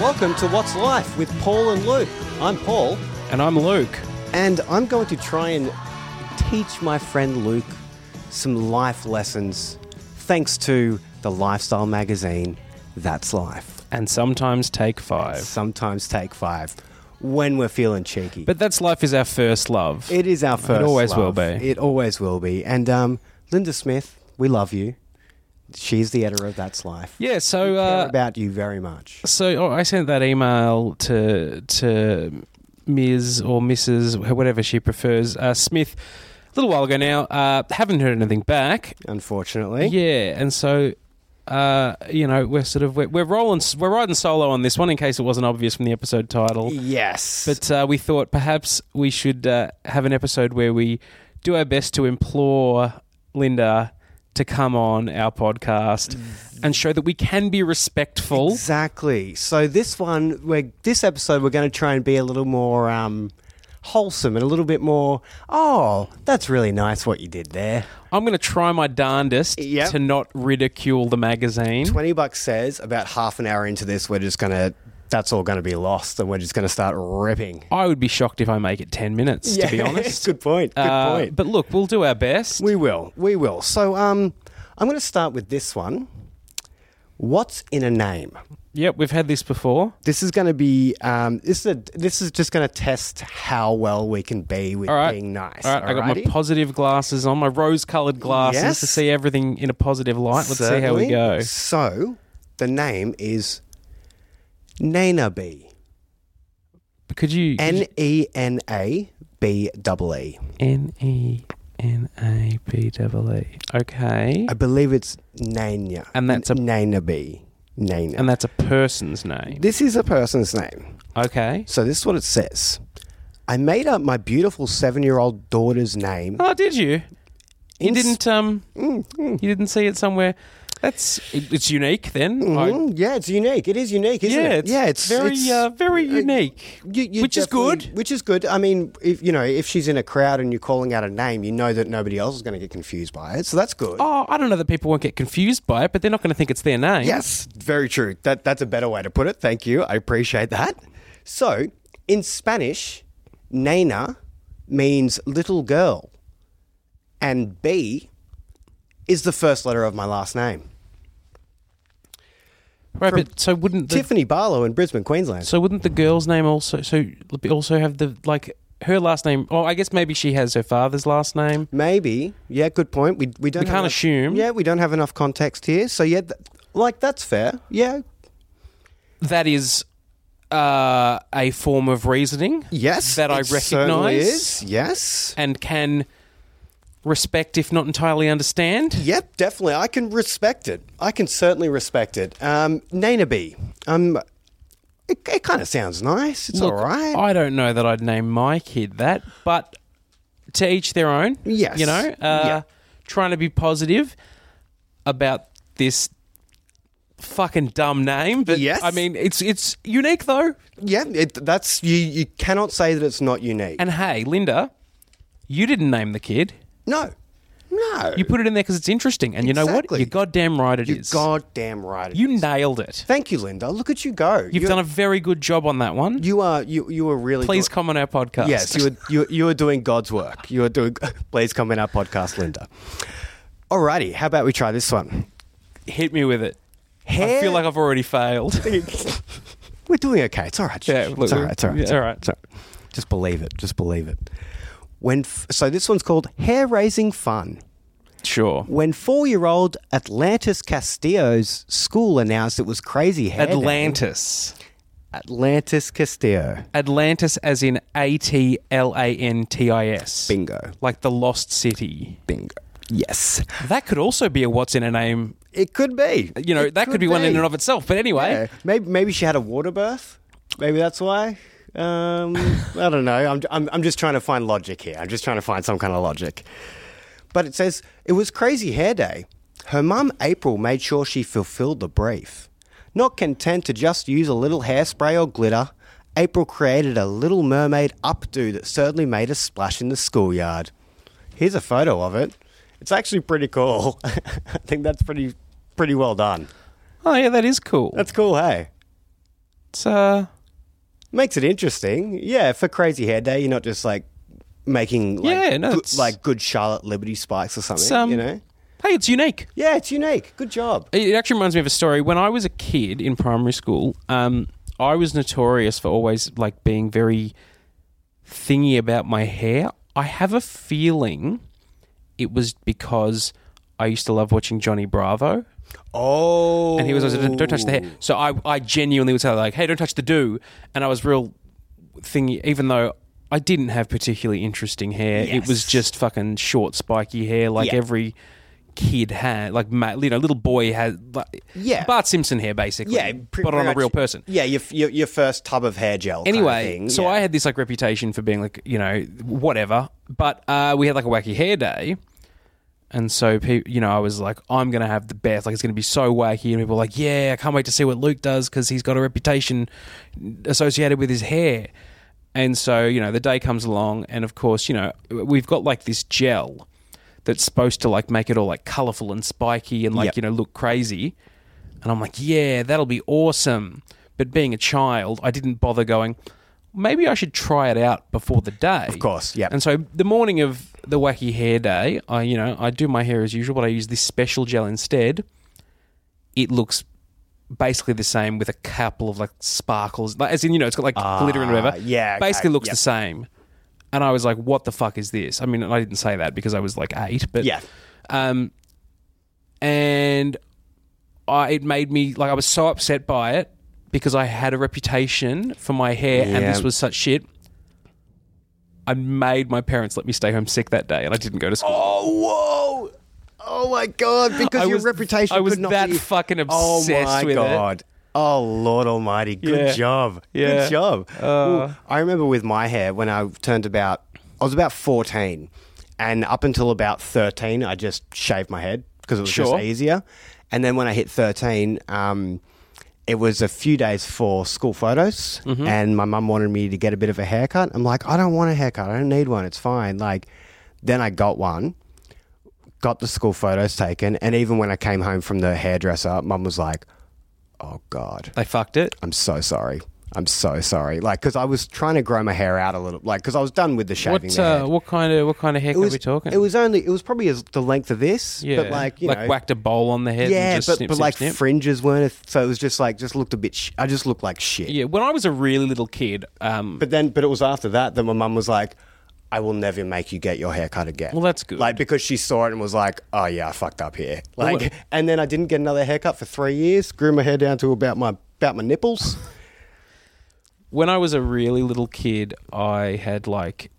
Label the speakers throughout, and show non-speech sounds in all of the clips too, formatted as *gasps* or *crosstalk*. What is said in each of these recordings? Speaker 1: Welcome to What's Life with Paul and Luke. I'm Paul,
Speaker 2: And I'm Luke.
Speaker 1: and I'm going to try and teach my friend Luke some life lessons thanks to the lifestyle magazine That's Life.
Speaker 2: And sometimes take five.
Speaker 1: Sometimes take five when we're feeling cheeky.
Speaker 2: But that's life is our first love.
Speaker 1: it is our first.
Speaker 2: always will
Speaker 1: love.
Speaker 2: be.
Speaker 1: It always will be. And um, Linda Smith, we love you. She's the editor of That's Life.
Speaker 2: yeah, so
Speaker 1: Care
Speaker 2: uh,
Speaker 1: about you very much.
Speaker 2: so oh, I sent that email to to Ms. or Mrs. whatever she prefers uh, Smith a little while ago now. Uh, haven't heard anything back.
Speaker 1: Unfortunately,
Speaker 2: Yeah, and so uh, you know we're sort of we're, we're rolling we're riding solo on this one in case it wasn't obvious from the episode title.
Speaker 1: yes,
Speaker 2: But uh, we thought perhaps we should uh, have an episode where we do our best to implore Linda to come on our podcast
Speaker 1: Mm.
Speaker 2: and show that we can be respectful.
Speaker 1: Exactly. So this one, we're, this episode, we're going to try and be a little more um, wholesome and a little bit more. Oh, that's really nice what you did there.
Speaker 2: I'm going to try my darndest
Speaker 1: Yep.
Speaker 2: to not ridicule the magazine.
Speaker 1: Twenty bucks says about half an hour into this, we're just going to. That's all going to be lost, and we're just going to start ripping.
Speaker 2: I would be shocked if I make it 10 minutes, to
Speaker 1: *laughs*
Speaker 2: be honest.
Speaker 1: good point. Good
Speaker 2: Uh,
Speaker 1: point.
Speaker 2: But look, we'll do our best.
Speaker 1: We will. We will. So um, I'm going to start with this one. What's in a name?
Speaker 2: yep, we've had this before.
Speaker 1: This is going to be. Um, this is a, this is just going to test how well we can be with
Speaker 2: All right.
Speaker 1: being nice.
Speaker 2: All right, I got my
Speaker 1: alrighty?
Speaker 2: positive glasses on, my rose colored glasses
Speaker 1: Yes.
Speaker 2: to see everything in a positive light. Let's see how
Speaker 1: Certainly.
Speaker 2: we go.
Speaker 1: So the name is Nana B.
Speaker 2: Could you. could you-
Speaker 1: N E N A B double E.
Speaker 2: N E N A B double E. Okay.
Speaker 1: I believe it's Nanya.
Speaker 2: And that's a-
Speaker 1: Nana B. Nana.
Speaker 2: And that's a person's name.
Speaker 1: this is a person's name.
Speaker 2: Okay.
Speaker 1: So this is what it says. I made up my beautiful seven-year-old daughter's
Speaker 2: *laughs*
Speaker 1: name.
Speaker 2: Oh, did you? You
Speaker 1: In-
Speaker 2: didn't um
Speaker 1: Mm, mm,
Speaker 2: you didn't see it somewhere. That's it- it's unique then. I-
Speaker 1: mm. yeah, it's unique. It is unique, isn't
Speaker 2: yeah,
Speaker 1: it?
Speaker 2: it's very uh, very
Speaker 1: uh,
Speaker 2: unique.
Speaker 1: you- you
Speaker 2: which is
Speaker 1: definitely-
Speaker 2: good.
Speaker 1: Which is good. I mean, if you know, if she's in a crowd and you're calling out a name, you know that nobody else is going to get confused by it. So that's good.
Speaker 2: Oh, I don't know that people won't get confused by it, but they're not going to think it's their name.
Speaker 1: Yes, very true. That that's a better way to put it. Thank you. I appreciate that. So, in Spanish, nena means little girl, and B is the first letter of my last name.
Speaker 2: Right, but so wouldn't the,
Speaker 1: Tiffany Barlow in Brisbane, Queensland.
Speaker 2: so wouldn't the girl's name also so also have the like her last name? Oh, I guess maybe she has her father's last name.
Speaker 1: Maybe. Yeah, good point. We we don't
Speaker 2: We
Speaker 1: have
Speaker 2: can't
Speaker 1: enough-
Speaker 2: assume.
Speaker 1: Yeah, we don't have enough context here. So yeah, th- like that's fair. Yeah.
Speaker 2: That is uh, a form of reasoning.
Speaker 1: Yes.
Speaker 2: That I
Speaker 1: it certainly
Speaker 2: recognise.
Speaker 1: is. Yes.
Speaker 2: and can respect, if not entirely understand.
Speaker 1: Yep, definitely. I can respect it. I can certainly respect it. Um, Nana B. Um, it, it kind of sounds nice. It's all right.
Speaker 2: I don't know that I'd name my kid that, but to each their own.
Speaker 1: Yes.
Speaker 2: You know, uh,
Speaker 1: Yeah.
Speaker 2: trying to be positive about this fucking dumb name. But
Speaker 1: Yes.
Speaker 2: I mean, it's it's unique though.
Speaker 1: yeah, it, that's you. You cannot say that it's not unique.
Speaker 2: And hey, Linda, you didn't name the kid.
Speaker 1: no, no.
Speaker 2: You put it in there because it's interesting, and you know
Speaker 1: Exactly.
Speaker 2: what? You're goddamn right. It is.
Speaker 1: You're goddamn right. it
Speaker 2: you
Speaker 1: is.
Speaker 2: nailed it.
Speaker 1: Thank you, Linda. Look at you go.
Speaker 2: You've done a very good job on that one.
Speaker 1: You are you. You are really.
Speaker 2: Please
Speaker 1: doing-
Speaker 2: come on our podcast.
Speaker 1: Yes, you were you, you were doing God's work. You were doing. *laughs* Please come in our podcast, Linda. Alrighty, how about we try this one?
Speaker 2: hit me with it. I
Speaker 1: Hair-
Speaker 2: feel like I've already failed.
Speaker 1: *laughs*
Speaker 2: *laughs*
Speaker 1: We're doing okay. It's all right.
Speaker 2: Yeah,
Speaker 1: it's
Speaker 2: look,
Speaker 1: all right. It's all right.
Speaker 2: yeah,
Speaker 1: It's all
Speaker 2: all
Speaker 1: right.
Speaker 2: right.
Speaker 1: It's all right. Just believe it. Just believe it. When f- so this one's called hair raising fun.
Speaker 2: sure.
Speaker 1: When four year old Atlantis Castillo's school announced it was crazy hair. Day-
Speaker 2: Atlantis.
Speaker 1: Atlantis Castillo.
Speaker 2: Atlantis as in A T L A N T I S.
Speaker 1: Bingo.
Speaker 2: Like the lost city.
Speaker 1: Bingo. Yes,
Speaker 2: That could also be a what's in a name.
Speaker 1: it could be.
Speaker 2: You know,
Speaker 1: It
Speaker 2: that could, be, one in and of itself. But anyway,
Speaker 1: Yeah. Maybe maybe she had a water birth. Maybe that's why. Um, I don't know. I'm, I'm I'm just trying to find logic here. I'm just trying to find some kind of logic. But it says it was crazy hair day. Her mum, April, made sure she fulfilled the brief. Not content to just use a little hairspray or glitter, April created a little mermaid updo that certainly made a splash in the schoolyard. Here's a photo of it. It's actually pretty cool. *laughs* I think that's pretty pretty well done.
Speaker 2: Oh yeah, that is cool.
Speaker 1: That's cool, hey.
Speaker 2: It's uh,
Speaker 1: Makes it interesting. Yeah, for Crazy Hair Day, you're not just like making like,
Speaker 2: Yeah, no,
Speaker 1: good,
Speaker 2: it's-
Speaker 1: like good Charlotte Liberty spikes or something,
Speaker 2: it's um,
Speaker 1: you know?
Speaker 2: hey, it's unique.
Speaker 1: Yeah, it's unique. Good job.
Speaker 2: It actually reminds me of a story. When I was a kid in primary school, um, I was notorious for always like being very thingy about my hair. I have a feeling it was because I used to love watching Johnny Bravo.
Speaker 1: Oh.
Speaker 2: And he was always, don't, don't touch the hair. So I, I genuinely would say, like, hey, don't touch the do. And I was real thingy, even though I didn't have particularly interesting hair. It was
Speaker 1: Yes.
Speaker 2: just fucking short, spiky hair like
Speaker 1: Yeah.
Speaker 2: every kid had. Like, ma- you know, little boy had, like,
Speaker 1: Yeah.
Speaker 2: Bart Simpson hair, basically.
Speaker 1: Yeah, pre-
Speaker 2: but on
Speaker 1: pretty
Speaker 2: a
Speaker 1: much-
Speaker 2: real person
Speaker 1: Yeah, your, your, your first tub of hair gel. kind of
Speaker 2: anyway,
Speaker 1: thing,
Speaker 2: so
Speaker 1: yeah.
Speaker 2: I had this like reputation for being like you know whatever, but uh, we had like a wacky hair day, and so pe- you know I was like I'm gonna have the best, like it's gonna be so wacky, and people were like yeah I can't wait to see what Luke does because he's got a reputation associated with his hair, and so you know the day comes along, and of course you know we've got like this gel that's supposed to like make it all like colorful and spiky and like
Speaker 1: Yep.
Speaker 2: you know look crazy. And I'm like, yeah, that'll be awesome. But being a child, I didn't bother going, maybe I should try it out before the day. Of
Speaker 1: course, yep.
Speaker 2: And so the morning of the wacky hair day, I, you know, I do my hair as usual, but I use this special gel instead. It looks basically the same with a couple of like sparkles. Like, as in, you know, it's got like glitter and whatever.
Speaker 1: Ah, yeah, okay,
Speaker 2: Basically looks
Speaker 1: yep.
Speaker 2: the same. And I was like, what the fuck is this? I mean, I didn't say that because I was like eight, but
Speaker 1: Yeah.
Speaker 2: um, and I it made me like I was so upset by it because I had a reputation for my hair and
Speaker 1: Yeah.
Speaker 2: this was such shit. I made my parents let me stay home sick that day, and I didn't go to school.
Speaker 1: Oh, whoa. Oh, my
Speaker 2: *gasps*
Speaker 1: God. Because
Speaker 2: I
Speaker 1: your
Speaker 2: was-
Speaker 1: reputation
Speaker 2: I was
Speaker 1: could not
Speaker 2: that
Speaker 1: be-
Speaker 2: fucking
Speaker 1: Oh,
Speaker 2: obsessed
Speaker 1: my
Speaker 2: with it.
Speaker 1: God. Oh, Lord Almighty. Good
Speaker 2: Yeah.
Speaker 1: job.
Speaker 2: Yeah.
Speaker 1: Good job. Ooh, I remember with my hair when I turned about, I was about 14. And up until about 13, I just shaved my head because it was
Speaker 2: Sure.
Speaker 1: just easier. And then when I hit 13, um, it was a few days for school photos, and my mum wanted me to get a bit of a haircut. I'm like, I don't want a haircut. I don't need one. It's fine. Like, then I got one, got the school photos taken, and even when I came home from the hairdresser, mum was like, "Oh God,
Speaker 2: They fucked it.
Speaker 1: I'm so sorry. I'm so sorry." Like, because I was trying to grow my hair out a little, like, because I was done with the shaving.
Speaker 2: What
Speaker 1: the head.
Speaker 2: uh, what kind of what kind of haircut
Speaker 1: it was?
Speaker 2: are we talking?
Speaker 1: It was only. It was probably as the length of this,
Speaker 2: yeah,
Speaker 1: but like you
Speaker 2: like
Speaker 1: know,
Speaker 2: whacked a bowl on the head.
Speaker 1: yeah,
Speaker 2: and just
Speaker 1: but,
Speaker 2: snip,
Speaker 1: but
Speaker 2: snip,
Speaker 1: like
Speaker 2: snip.
Speaker 1: fringes weren't. A th- so it was just like just looked a bit. Sh- I just looked like shit.
Speaker 2: yeah. When I was a really little kid, um,
Speaker 1: But then, but it was after that that my mum was like, "I will never make you get your haircut again."
Speaker 2: Well, that's good.
Speaker 1: Like because she saw it and was like, "Oh yeah, I fucked up here." Like,
Speaker 2: what-
Speaker 1: *laughs* and then I didn't get another haircut for three years. Grew my hair down to about my about my nipples.
Speaker 2: when I was a really little kid, I had like,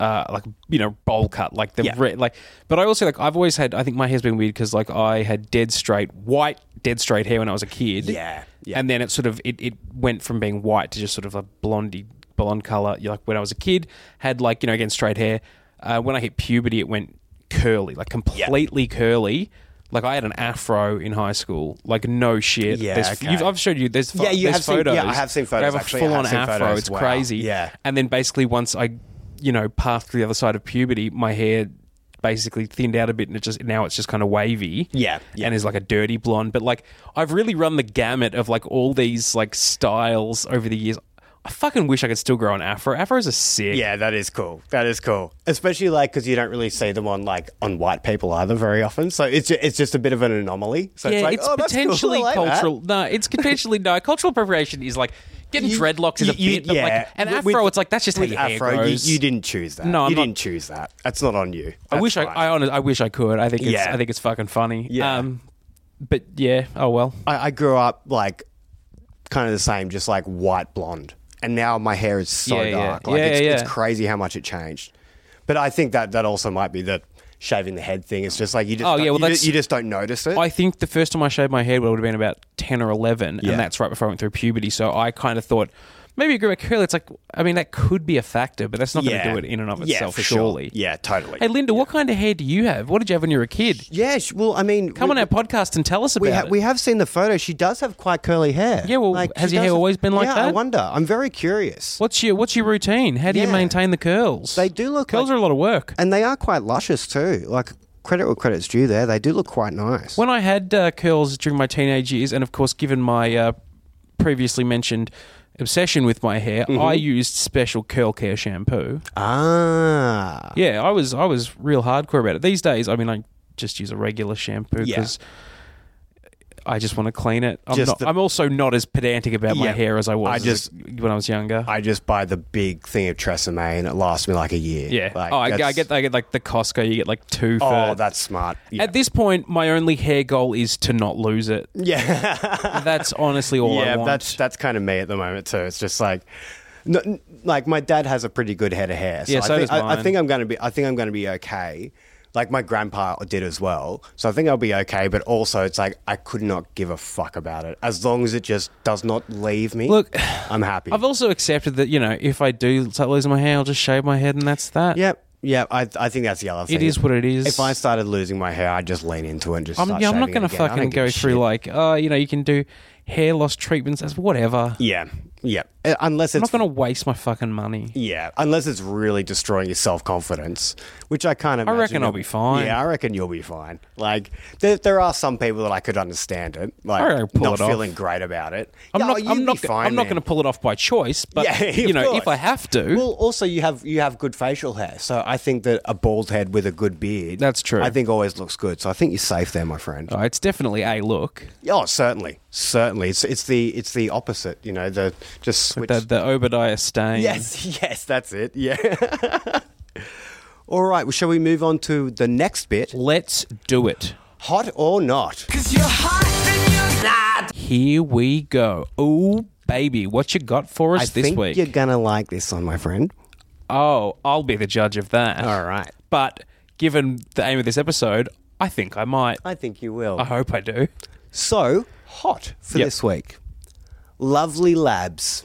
Speaker 2: uh, like you know, bowl cut, like the
Speaker 1: Yeah.
Speaker 2: red, like. But I also like I've always had. I think my hair's been weird because like I had dead straight white, dead straight hair when I was a kid.
Speaker 1: Yeah, yeah.
Speaker 2: And then it sort of it, it went from being white to just sort of a blondie blonde color. Like when I was a kid, had like you know again straight hair. Uh, when I hit puberty, it went curly, like completely curly. Like I had an afro in high school, like no shit.
Speaker 1: Yeah,
Speaker 2: There's-
Speaker 1: okay.
Speaker 2: you've- I've showed you. There's
Speaker 1: Yeah, you
Speaker 2: there's
Speaker 1: have seen-
Speaker 2: photos.
Speaker 1: yeah, I have seen
Speaker 2: They have
Speaker 1: photos,
Speaker 2: a
Speaker 1: actually. I
Speaker 2: full
Speaker 1: have
Speaker 2: on
Speaker 1: seen
Speaker 2: afro.
Speaker 1: photos.
Speaker 2: It's
Speaker 1: Wow.
Speaker 2: crazy.
Speaker 1: Yeah.
Speaker 2: And then basically once I, you know, passed to the other side of puberty, my hair basically thinned out a bit, and it just now it's just kind of wavy.
Speaker 1: Yeah, yeah.
Speaker 2: And is like a dirty blonde. But like I've really run the gamut of like all these like styles over the years. I fucking wish I could still grow an afro. Afros are sick.
Speaker 1: yeah, that is cool. That is cool. Especially like because you don't really see them on like on white people either very often. So it's just, it's just a bit of an anomaly. So
Speaker 2: Yeah,
Speaker 1: it's like
Speaker 2: it's
Speaker 1: oh, that's cool. I
Speaker 2: potentially
Speaker 1: like that.
Speaker 2: cultural. No, *laughs* it's potentially no cultural appropriation is like getting
Speaker 1: You-
Speaker 2: dreadlocks is a
Speaker 1: you- you-
Speaker 2: bit, but like an
Speaker 1: With-
Speaker 2: afro,
Speaker 1: with-
Speaker 2: it's like that's just how
Speaker 1: with
Speaker 2: your
Speaker 1: afro,
Speaker 2: hair
Speaker 1: you-
Speaker 2: grows.
Speaker 1: You, didn't choose that.
Speaker 2: No, I'm
Speaker 1: you
Speaker 2: not-
Speaker 1: didn't choose that. That's not on you.
Speaker 2: I wish I,
Speaker 1: That's fine.
Speaker 2: I, honest, I wish I could. I think it's,
Speaker 1: Yeah.
Speaker 2: I think it's fucking funny.
Speaker 1: Yeah.
Speaker 2: Um, but yeah. Oh well.
Speaker 1: I, I grew up like kind of the same, just like white blonde, and now my hair is so
Speaker 2: Yeah, yeah.
Speaker 1: dark. Like
Speaker 2: Yeah,
Speaker 1: it's,
Speaker 2: yeah, yeah.
Speaker 1: it's crazy how much it changed. But I think that that also might be the shaving the head thing. It's just like you just
Speaker 2: Oh,
Speaker 1: don't-
Speaker 2: yeah, well,
Speaker 1: you, ju-
Speaker 2: that's-
Speaker 1: you just don't notice it.
Speaker 2: I think the first time I shaved my head would have been about ten or eleven,
Speaker 1: Yeah.
Speaker 2: and that's right before I went through puberty. So I kind of thought Maybe agree with Curly. It's like, I mean, that could be a factor, but that's not going to do it in and of
Speaker 1: Yeah,
Speaker 2: itself,
Speaker 1: for sure.
Speaker 2: surely.
Speaker 1: Yeah, totally.
Speaker 2: Hey, Linda, what kind of hair do you have? What did you have when you were a kid?
Speaker 1: yeah, sh- well, I mean,
Speaker 2: Come
Speaker 1: we,
Speaker 2: on our podcast and tell us about
Speaker 1: we, ha-
Speaker 2: it.
Speaker 1: we have seen the photo. She does have quite curly hair.
Speaker 2: Yeah, well, has
Speaker 1: she
Speaker 2: your hair
Speaker 1: does-
Speaker 2: always been like
Speaker 1: yeah, I
Speaker 2: that?
Speaker 1: wonder. I'm very curious.
Speaker 2: what's your What's your routine? How do you
Speaker 1: Yeah.
Speaker 2: maintain the curls?
Speaker 1: They do look
Speaker 2: curls
Speaker 1: like-
Speaker 2: are a lot of work.
Speaker 1: And they are quite luscious too. Like credit where credit's due there. They do look quite nice.
Speaker 2: When I had uh, curls during my teenage years, and of course, given my uh, previously mentioned obsession with my hair,
Speaker 1: Mm-hmm.
Speaker 2: I used special curl care shampoo.
Speaker 1: Ah.
Speaker 2: Yeah, I was I was real hardcore about it. These days, I mean, I just use a regular shampoo
Speaker 1: Yeah.
Speaker 2: because I just want to clean it. I'm,
Speaker 1: Just
Speaker 2: not,
Speaker 1: the-
Speaker 2: I'm also not as pedantic about my
Speaker 1: Yeah.
Speaker 2: hair as I was
Speaker 1: I
Speaker 2: as a-
Speaker 1: just-
Speaker 2: when I was younger.
Speaker 1: I just buy the big thing of Tresemme and it lasts me like a year.
Speaker 2: yeah.
Speaker 1: Like,
Speaker 2: oh, I, I
Speaker 1: that's-
Speaker 2: get I get like the Costco. You get like two for.
Speaker 1: Oh, that's smart. Yeah.
Speaker 2: At this point, my only hair goal is to not
Speaker 1: *laughs*
Speaker 2: lose it.
Speaker 1: yeah.
Speaker 2: That's honestly all I
Speaker 1: yeah,
Speaker 2: want.
Speaker 1: that's that's kind of me at the moment too. It's just like no, n- like my dad has a pretty good head of hair. So I
Speaker 2: Yeah, so
Speaker 1: think
Speaker 2: does
Speaker 1: I, I
Speaker 2: mine.
Speaker 1: think I'm going to be I think I'm going to be okay. Like my grandpa did as well. So I think I'll be okay, but also it's like I could not give a fuck about it. As long as it just does not leave me.
Speaker 2: Look,
Speaker 1: I'm happy.
Speaker 2: I've also accepted that you know if I do start losing my hair, I'll just shave my head, and that's that.
Speaker 1: Yeah, yeah. I, I think that's the other thing.
Speaker 2: it is what it is.
Speaker 1: If I started losing my hair, I'd just lean into it and just.
Speaker 2: I'm,
Speaker 1: start
Speaker 2: yeah, I'm not
Speaker 1: shaving
Speaker 2: going
Speaker 1: it
Speaker 2: to
Speaker 1: again. I
Speaker 2: fucking
Speaker 1: don't give
Speaker 2: go
Speaker 1: a
Speaker 2: through
Speaker 1: shit.
Speaker 2: like, oh, you know, you can do hair loss treatments as whatever.
Speaker 1: Yeah, yeah. Uh, Unless
Speaker 2: I'm
Speaker 1: it's
Speaker 2: not going to waste my fucking money.
Speaker 1: yeah, unless it's really destroying your self confidence, which I can't. Imagine
Speaker 2: reckon I'll be fine.
Speaker 1: Yeah, I reckon you'll be fine. Like there, there are some people that I could understand it,
Speaker 2: I
Speaker 1: like
Speaker 2: reckon pull
Speaker 1: not
Speaker 2: it off.
Speaker 1: feeling great about it.
Speaker 2: I'm
Speaker 1: Yeah,
Speaker 2: not.
Speaker 1: you'll
Speaker 2: I'm
Speaker 1: oh, be
Speaker 2: not.
Speaker 1: fine,
Speaker 2: I'm not
Speaker 1: man.
Speaker 2: going to pull it off by choice. But
Speaker 1: *laughs* Yeah, of
Speaker 2: you know, if
Speaker 1: course.
Speaker 2: I have to,
Speaker 1: Well, also you have you have good facial hair, so I think that a bald head with a good beard.
Speaker 2: That's true.
Speaker 1: I think always looks good, so I think you're safe there, my friend.
Speaker 2: oh, it's definitely a look.
Speaker 1: Oh, certainly, certainly. It's it's the it's the opposite. You know, the just switch.
Speaker 2: The, the Obadiah
Speaker 1: *laughs*
Speaker 2: stain.
Speaker 1: yes, yes, that's it. Yeah. All right. Well, shall we move on to the next bit?
Speaker 2: Let's do it.
Speaker 1: Hot or not?
Speaker 3: Cause you're hot and you're not.
Speaker 2: Here we go. Ooh, baby, what you got for us
Speaker 1: I
Speaker 2: this
Speaker 1: think
Speaker 2: week?
Speaker 1: you're gonna like this one, my friend.
Speaker 2: Oh, I'll be the judge of that.
Speaker 1: All right.
Speaker 2: But given the aim of this episode, I think I might.
Speaker 1: I think you will.
Speaker 2: I hope I do.
Speaker 1: So hot for
Speaker 2: Uh, Yep.
Speaker 1: this week. Lovely Labs.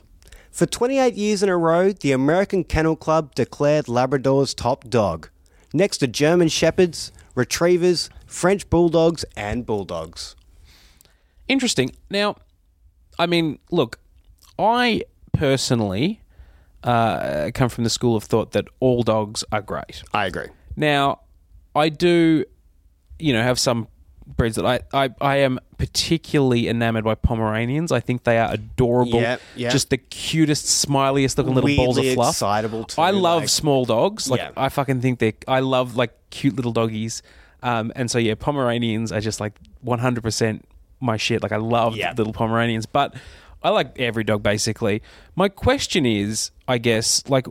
Speaker 1: For 28 years in a row, the American Kennel Club declared Labrador's top dog, next to German Shepherds, Retrievers, French Bulldogs, and Bulldogs.
Speaker 2: Interesting. Now, I mean, look, I personally uh, come from the school of thought that all dogs are great.
Speaker 1: I agree.
Speaker 2: Now, I do, you know, have some breeds that I, I, I am particularly enamored by Pomeranians. I think they are adorable.
Speaker 1: Yep, yep.
Speaker 2: Just the cutest, smiliest looking little balls of
Speaker 1: Weirdly
Speaker 2: fluff.
Speaker 1: excitable too,
Speaker 2: I love
Speaker 1: like-
Speaker 2: small dogs. Like
Speaker 1: Yeah.
Speaker 2: I fucking think they I love like cute little doggies. Um, and so yeah, Pomeranians are just like 100% my shit. Like I love
Speaker 1: Yeah.
Speaker 2: little Pomeranians, but I like every dog basically. My question is, I guess, like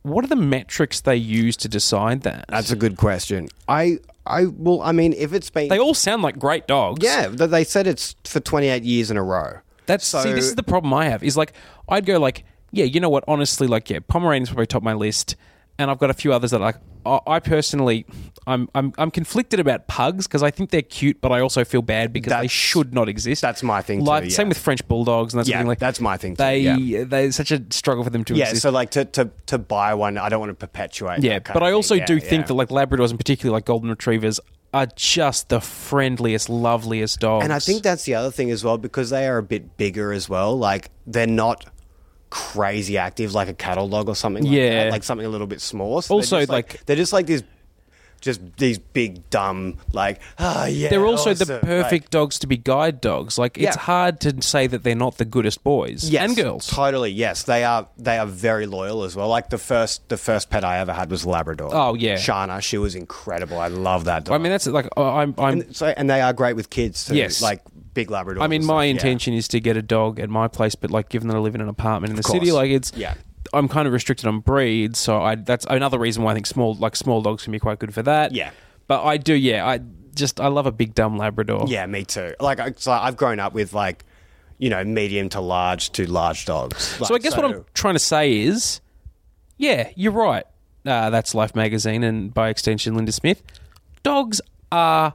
Speaker 2: what are the metrics they use to decide that?
Speaker 1: That's a good question. I, I, well, I mean, if it's been,
Speaker 2: They all sound like great dogs.
Speaker 1: yeah, th- they said it's for 28 years in a row.
Speaker 2: That's
Speaker 1: so.
Speaker 2: see, this is the problem I have is like I'd go like, yeah, you know what? Honestly, like yeah, Pomeranian's probably top my list, and I've got a few others that are like I, I personally, I'm I'm I'm conflicted about pugs because I think they're cute, but I also feel bad because they
Speaker 1: That's-
Speaker 2: should not exist.
Speaker 1: that's my thing too,
Speaker 2: Like
Speaker 1: yeah.
Speaker 2: same with French bulldogs and that sort
Speaker 1: Yeah,
Speaker 2: of thing. Like
Speaker 1: that's my thing too,
Speaker 2: They
Speaker 1: yeah.
Speaker 2: they it's such a struggle for them to
Speaker 1: yeah,
Speaker 2: exist.
Speaker 1: so like to, to, to buy one, I don't want to perpetuate.
Speaker 2: Yeah,
Speaker 1: that kind
Speaker 2: but
Speaker 1: of
Speaker 2: I
Speaker 1: thing.
Speaker 2: also
Speaker 1: Yeah,
Speaker 2: do
Speaker 1: yeah.
Speaker 2: think that like Labradors and particularly like Golden Retrievers are just the friendliest, loveliest dogs.
Speaker 1: And I think that's the other thing as well because they are a bit bigger as well. Like they're not crazy active like a cattle dog or something. Like
Speaker 2: Yeah.
Speaker 1: that, like something a little bit smaller. So they're
Speaker 2: Also,
Speaker 1: just
Speaker 2: like-
Speaker 1: they're just like these, just these big dumb like ah yeah.
Speaker 2: They're also the
Speaker 1: awesome,"
Speaker 2: perfect
Speaker 1: like-
Speaker 2: dogs to be guide dogs. Like it's
Speaker 1: Yeah.
Speaker 2: hard to say that they're not the goodest boys
Speaker 1: Yes,
Speaker 2: and girls.
Speaker 1: Totally, yes. They are they are very loyal as well. Like the first the first pet I ever had was a Labrador.
Speaker 2: Oh, yeah.
Speaker 1: Shana, she was incredible. I love that dog.
Speaker 2: I mean, that's like I- I'm. I'm
Speaker 1: so and they are great with kids too.
Speaker 2: Yes.
Speaker 1: Like big Labrador.
Speaker 2: I mean, my intention is to get a dog at my place, but like given that I live in an apartment in the city,
Speaker 1: course.
Speaker 2: like it's
Speaker 1: Yeah.
Speaker 2: I'm kind of restricted on breeds, so I that's another reason why I think small like small dogs can be quite good for that.
Speaker 1: Yeah.
Speaker 2: but I do. Yeah, I just I love a big dumb Labrador.
Speaker 1: Yeah, me too. Like, I, so I've grown up with like, you know, medium to large to large dogs.
Speaker 2: So I guess what I'm trying to say is, yeah, you're right. Uh, that's Life Magazine and by extension Linda Smith. Dogs are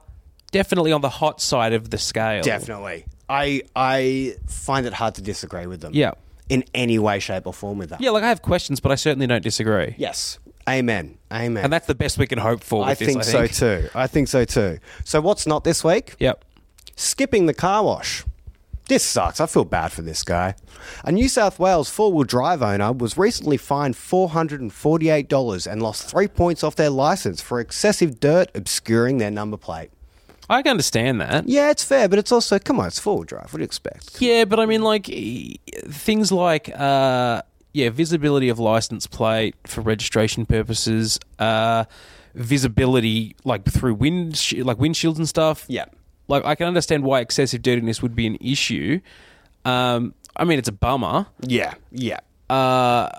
Speaker 2: definitely on the hot side of the scale.
Speaker 1: definitely. I I find it hard to disagree with them.
Speaker 2: Yeah.
Speaker 1: in any way, shape, or form with that.
Speaker 2: Yeah, like I have questions, but I certainly don't disagree.
Speaker 1: Yes. Amen. Amen.
Speaker 2: And that's the best we can hope for. With
Speaker 1: I,
Speaker 2: this,
Speaker 1: think
Speaker 2: I think
Speaker 1: so too. I think so too. So what's not this week?
Speaker 2: Yep.
Speaker 1: Skipping the car wash. This sucks. I feel bad for this guy. A New South Wales four wheel drive owner was recently fined $448 and lost three points off their license for excessive dirt obscuring their number plate.
Speaker 2: I can understand that.
Speaker 1: Yeah, it's fair, but it's also, come on, it's four wheel drive. What do you expect?
Speaker 2: Yeah, but I mean, like e- things like uh, yeah, visibility of license plate for registration purposes, uh, visibility like through wind like windshields and stuff.
Speaker 1: Yeah.
Speaker 2: like I can understand why excessive dirtiness would be an issue. Um, I mean, it's a bummer.
Speaker 1: Yeah, yeah.
Speaker 2: Uh,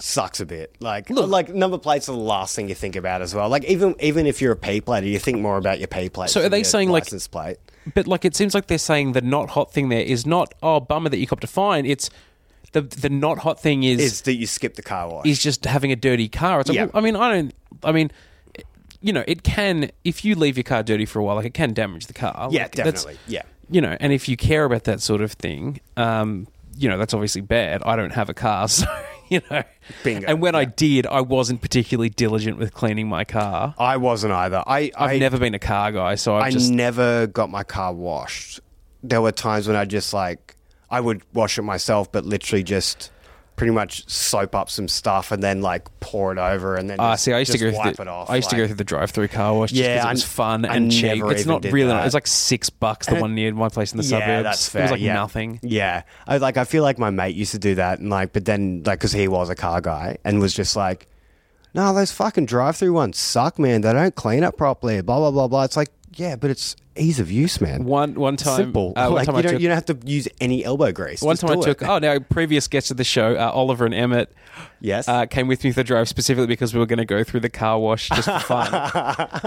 Speaker 1: sucks a bit. Like, like number plates are the last thing you think about as well. Like, even even if you're a P plater, you think more about your P plate.
Speaker 2: So are
Speaker 1: than
Speaker 2: they
Speaker 1: your
Speaker 2: saying, like-
Speaker 1: license plate?
Speaker 2: but like, it seems like they're saying the not hot thing there is not oh bummer that you copped a fine. It's the the not hot thing is
Speaker 1: is that you skip the car wash.
Speaker 2: is just having a dirty car. It's like,
Speaker 1: Yeah.
Speaker 2: well, I mean, I don't. I mean, you know, it can if you leave your car dirty for a while, like it can damage the car.
Speaker 1: yeah,
Speaker 2: Like, that's-
Speaker 1: definitely. Yeah.
Speaker 2: You know, and if you care about that sort of thing, um, you know, that's obviously bad. I don't have a car, *laughs* so you know.
Speaker 1: Bingo,
Speaker 2: And when I did, I wasn't particularly diligent with cleaning my car.
Speaker 1: I wasn't either. I,
Speaker 2: I've
Speaker 1: I,
Speaker 2: never been a car guy, so I've
Speaker 1: I
Speaker 2: just
Speaker 1: never got my car washed. There were times when I just like I would wash it myself, but literally just pretty much soap up some stuff and then like pour it over and then
Speaker 2: Ah,
Speaker 1: just,
Speaker 2: see, I used to
Speaker 1: just
Speaker 2: go
Speaker 1: wipe
Speaker 2: through the,
Speaker 1: it off.
Speaker 2: I used to go
Speaker 1: like-
Speaker 2: through the drive-through car wash.
Speaker 1: Yeah,
Speaker 2: Yeah,
Speaker 1: I-
Speaker 2: it was fun
Speaker 1: I
Speaker 2: and cheap.
Speaker 1: never
Speaker 2: It's
Speaker 1: even
Speaker 2: not
Speaker 1: did
Speaker 2: really.
Speaker 1: that.
Speaker 2: It's like six bucks. The
Speaker 1: it-
Speaker 2: one near my place in the
Speaker 1: yeah,
Speaker 2: suburbs.
Speaker 1: that's fair.
Speaker 2: It was like
Speaker 1: yeah.
Speaker 2: nothing.
Speaker 1: Yeah, I like. I feel like my mate used to do that, and like, but then like, because he was a car guy and was just like, "No, those fucking drive-through ones suck, man. They don't clean up properly." Blah blah blah blah. It's like, yeah, but it's ease of use, man.
Speaker 2: One one time,
Speaker 1: Simple.
Speaker 2: uh, one
Speaker 1: like
Speaker 2: time
Speaker 1: you,
Speaker 2: I
Speaker 1: don't,
Speaker 2: took,
Speaker 1: you don't have to use any elbow grease.
Speaker 2: one
Speaker 1: Just
Speaker 2: time I
Speaker 1: do it.
Speaker 2: took. Oh, now previous guests of the show, uh, Oliver and Emmett,
Speaker 1: Yes.
Speaker 2: uh, came with me for the drive specifically because we were going to go through the car wash just
Speaker 1: *laughs*
Speaker 2: for fun.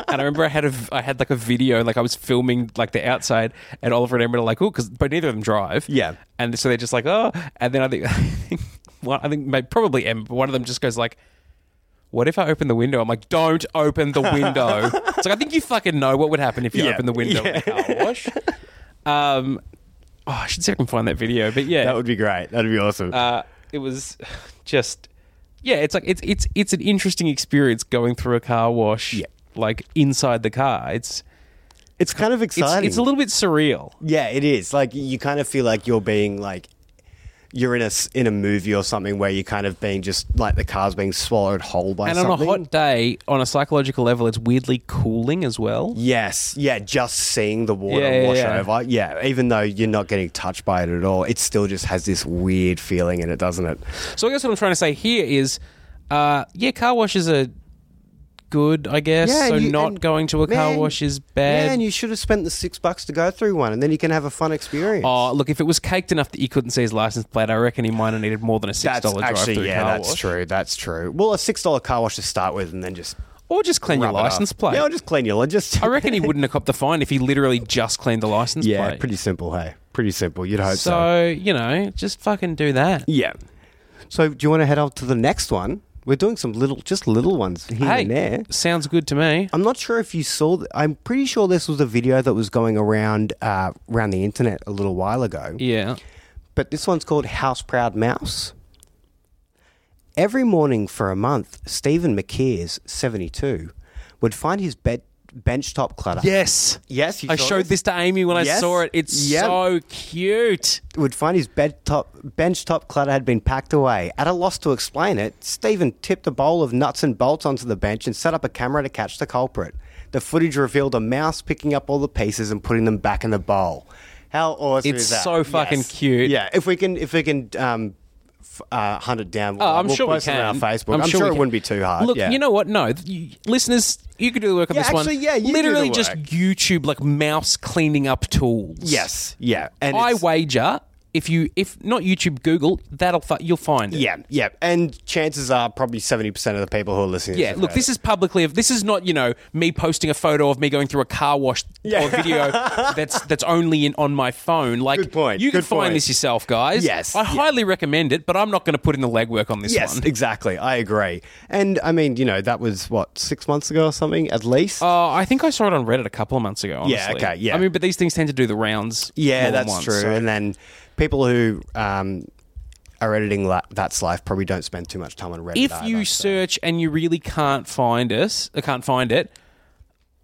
Speaker 2: and I remember I had a v- I had like a video, like I was filming like the outside, and Oliver and Emmett are like, oh, because but neither of them drive.
Speaker 1: Yeah.
Speaker 2: and so they're just like, oh, and then I think, *laughs* I think one, I think maybe, probably Emmett, but one of them just goes like. What if I open the window? I'm like, don't open
Speaker 1: *laughs*
Speaker 2: the window. it's like I think you fucking know what would happen if you
Speaker 1: Yeah.
Speaker 2: open the window in
Speaker 1: Yeah.
Speaker 2: the
Speaker 1: *laughs*
Speaker 2: car wash. Um, oh, I should see if I can find that video. But yeah,
Speaker 1: *laughs* that would be great. That'd be awesome.
Speaker 2: uh, it was just yeah. It's like it's it's it's an interesting experience going through a car wash.
Speaker 1: Yeah.
Speaker 2: Like inside the car, it's
Speaker 1: it's kind of
Speaker 2: it's,
Speaker 1: exciting.
Speaker 2: it's a little bit surreal.
Speaker 1: Yeah, it is. Like you kind of feel like you're being like you're in a s- in a movie or something where you're kind of being just like the car's being swallowed whole by
Speaker 2: And
Speaker 1: something.
Speaker 2: on a hot day, on a psychological level, it's weirdly cooling as well.
Speaker 1: Yes, yeah, just seeing the water
Speaker 2: Yeah, yeah,
Speaker 1: wash
Speaker 2: yeah.
Speaker 1: over. Yeah, even though you're not getting touched by it at all, it still just has this weird feeling in it, doesn't it?
Speaker 2: So I guess what I'm trying to say here is, uh, yeah, car washes are good. I guess
Speaker 1: Yeah,
Speaker 2: so.
Speaker 1: you-
Speaker 2: not
Speaker 1: and-
Speaker 2: going to a car
Speaker 1: Man,
Speaker 2: wash is
Speaker 1: Yeah,
Speaker 2: bad.
Speaker 1: and you should have spent the six bucks to go through one, and then you can have a fun experience.
Speaker 2: Oh, look, if it was caked enough that you couldn't see his license plate, I reckon he might have needed more than a $6
Speaker 1: that's
Speaker 2: drive-through
Speaker 1: actually yeah,
Speaker 2: car
Speaker 1: that's
Speaker 2: wash.
Speaker 1: true. That's true. Well, a six dollar car wash to start with, and then just
Speaker 2: Or just clean your
Speaker 1: rub it up.
Speaker 2: license plate.
Speaker 1: Yeah, or just clean your li- just
Speaker 2: *laughs* I reckon he wouldn't have copped the fine if he literally just cleaned the license
Speaker 1: Yeah,
Speaker 2: plate.
Speaker 1: pretty simple, hey. Pretty simple. You'd hope so.
Speaker 2: So you know, just fucking do that.
Speaker 1: Yeah. So do you want to head on to the next one? We're doing some little, just little ones here
Speaker 2: Hey,
Speaker 1: and there.
Speaker 2: sounds good to me.
Speaker 1: I'm not sure if you saw. Th- I'm pretty sure this was a video that was going around uh, around the internet a little while ago.
Speaker 2: Yeah.
Speaker 1: But this one's called House Proud Mouse. Every morning for a month, Stephen McKeers, 72, would find his bed benchtop clutter.
Speaker 2: Yes.
Speaker 1: Yes, you
Speaker 2: I
Speaker 1: saw
Speaker 2: showed
Speaker 1: this?
Speaker 2: this to Amy when I
Speaker 1: Yes.
Speaker 2: saw it. It's
Speaker 1: Yep.
Speaker 2: so cute.
Speaker 1: would find his bed top, bench top clutter had been packed away. At a loss to explain it, Stephen tipped a bowl of nuts and bolts onto the bench and set up a camera to catch the culprit. The footage revealed a mouse picking up all the pieces and putting them back in the bowl. How awesome
Speaker 2: It's
Speaker 1: is that?
Speaker 2: so fucking cute.
Speaker 1: Yeah, if we can, if we can. Um, f- uh, hunt it down. We'll,
Speaker 2: Oh, I'm
Speaker 1: we'll
Speaker 2: sure we
Speaker 1: post
Speaker 2: can.
Speaker 1: it on our Facebook. I'm, sure,
Speaker 2: we
Speaker 1: it
Speaker 2: can.
Speaker 1: wouldn't be too hard.
Speaker 2: Look,
Speaker 1: yeah.
Speaker 2: you know what? No, th- you, listeners, you could do the work on
Speaker 1: Yeah,
Speaker 2: this
Speaker 1: actually,
Speaker 2: one.
Speaker 1: yeah, you do the
Speaker 2: literally just
Speaker 1: work.
Speaker 2: YouTube like mouse cleaning up tools.
Speaker 1: Yes, yeah. And
Speaker 2: I
Speaker 1: it's-
Speaker 2: wager if you if not YouTube, Google that'll fu- you'll find it.
Speaker 1: yeah, yeah. And chances are probably seventy percent of the people who are listening.
Speaker 2: Yeah, look, this is publicly. This is not you know me posting a photo of me going through a
Speaker 1: *laughs*
Speaker 2: car wash or video that's that's only in on my phone. Like,
Speaker 1: Good point,
Speaker 2: You can
Speaker 1: good
Speaker 2: find
Speaker 1: point.
Speaker 2: this yourself, guys.
Speaker 1: Yes,
Speaker 2: I
Speaker 1: yeah.
Speaker 2: highly recommend it, but I'm not going to put in the legwork on this
Speaker 1: Yes,
Speaker 2: one.
Speaker 1: exactly. I agree. And I mean, you know, that was what six months ago or something, at least.
Speaker 2: Uh, I think I saw it on Reddit a couple of months ago. Honestly.
Speaker 1: Yeah, okay, yeah.
Speaker 2: I mean, but these things tend to do the rounds. more
Speaker 1: yeah,
Speaker 2: than
Speaker 1: that's
Speaker 2: once,
Speaker 1: true.
Speaker 2: so-
Speaker 1: And then people who um, are editing la- That's Life probably don't spend too much time on Reddit.
Speaker 2: if
Speaker 1: either,
Speaker 2: you
Speaker 1: so-
Speaker 2: search and you really can't find us, I can't find it.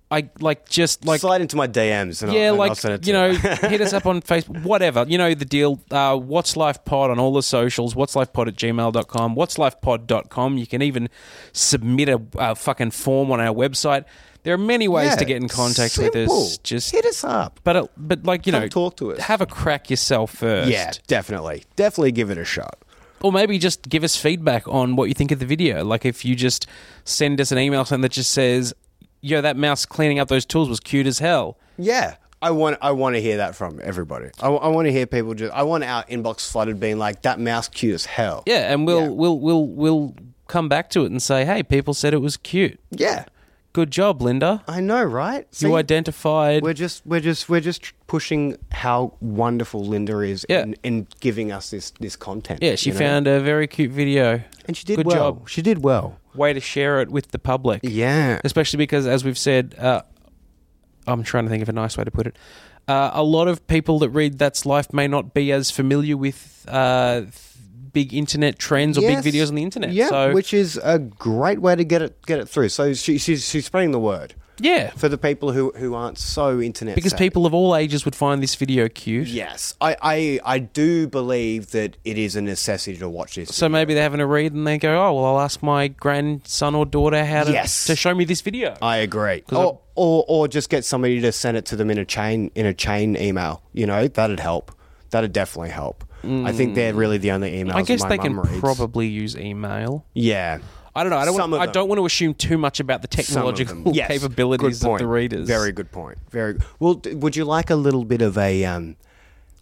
Speaker 2: I like just like
Speaker 1: slide into my DMs, and I'll,
Speaker 2: yeah,
Speaker 1: and I'll
Speaker 2: like
Speaker 1: send it to *laughs*
Speaker 2: you know, hit us up on Facebook, whatever. You know the deal. Uh, What's Life Pod on all the socials. What's Life Pod at gmail.com. What's Life Pod.com. You can even submit a, a fucking form on our website. There are many ways
Speaker 1: Yeah,
Speaker 2: to get in contact with
Speaker 1: simple.
Speaker 2: us. Just
Speaker 1: hit us up.
Speaker 2: but it, but like you
Speaker 1: Come
Speaker 2: know,
Speaker 1: talk to us.
Speaker 2: Have a crack yourself first.
Speaker 1: Yeah, definitely, definitely give it a shot.
Speaker 2: Or maybe just give us feedback on what you think of the video. Like if you just send us an email something that just says, "Yo, that mouse cleaning up those tools was cute as hell."
Speaker 1: Yeah. I want, I want to hear that from everybody. I, want to hear people just. I want our inbox flooded, being like, "That mouse cute as hell."
Speaker 2: Yeah, and we'll
Speaker 1: Yeah.
Speaker 2: we'll we'll we'll come back to it and say, "Hey, people said it was cute.
Speaker 1: yeah.
Speaker 2: Good job, Linda.
Speaker 1: I know, right?
Speaker 2: you
Speaker 1: See?
Speaker 2: identified."
Speaker 1: We're just we're just we're just pushing how wonderful Linda is
Speaker 2: Yeah.
Speaker 1: in, in giving us this this content.
Speaker 2: yeah, she
Speaker 1: you know?
Speaker 2: found a very cute video,
Speaker 1: and she did
Speaker 2: Good
Speaker 1: well.
Speaker 2: job.
Speaker 1: She did well.
Speaker 2: Way to share it with the public.
Speaker 1: Yeah.
Speaker 2: especially because, as we've said, uh, I'm trying to think of a nice way to put it. Uh, a lot of people that read That's Life may not be as familiar with uh, th- big internet trends or
Speaker 1: Yes.
Speaker 2: big videos on the internet.
Speaker 1: Yeah,
Speaker 2: so,
Speaker 1: which is a great way to get it get it through. So she, she's she's spreading the word
Speaker 2: yeah,
Speaker 1: for the people who who aren't so internet
Speaker 2: because
Speaker 1: savvy.
Speaker 2: people of all ages would find this video cute.
Speaker 1: Yes, I, I I do believe that it is a necessity to watch this.
Speaker 2: So maybe they're having a read and they go, "Oh, well, I'll ask my grandson or daughter how to
Speaker 1: Yes.
Speaker 2: to show me this video."
Speaker 1: I agree. Or, or or just get somebody to send it to them in a chain in a chain email. You know that'd help. That'd definitely help. I think they're really the only emails.
Speaker 2: Mm. I guess
Speaker 1: my
Speaker 2: they can
Speaker 1: mum reads.
Speaker 2: probably use email.
Speaker 1: Yeah.
Speaker 2: I don't know. I don't.
Speaker 1: Some
Speaker 2: Want,
Speaker 1: of
Speaker 2: I
Speaker 1: them.
Speaker 2: don't want to assume too much about the
Speaker 1: Some of them.
Speaker 2: technological
Speaker 1: Yes.
Speaker 2: capabilities
Speaker 1: Good
Speaker 2: of
Speaker 1: point.
Speaker 2: the readers.
Speaker 1: Very good point. Very well. d- Would you like a little bit of a um,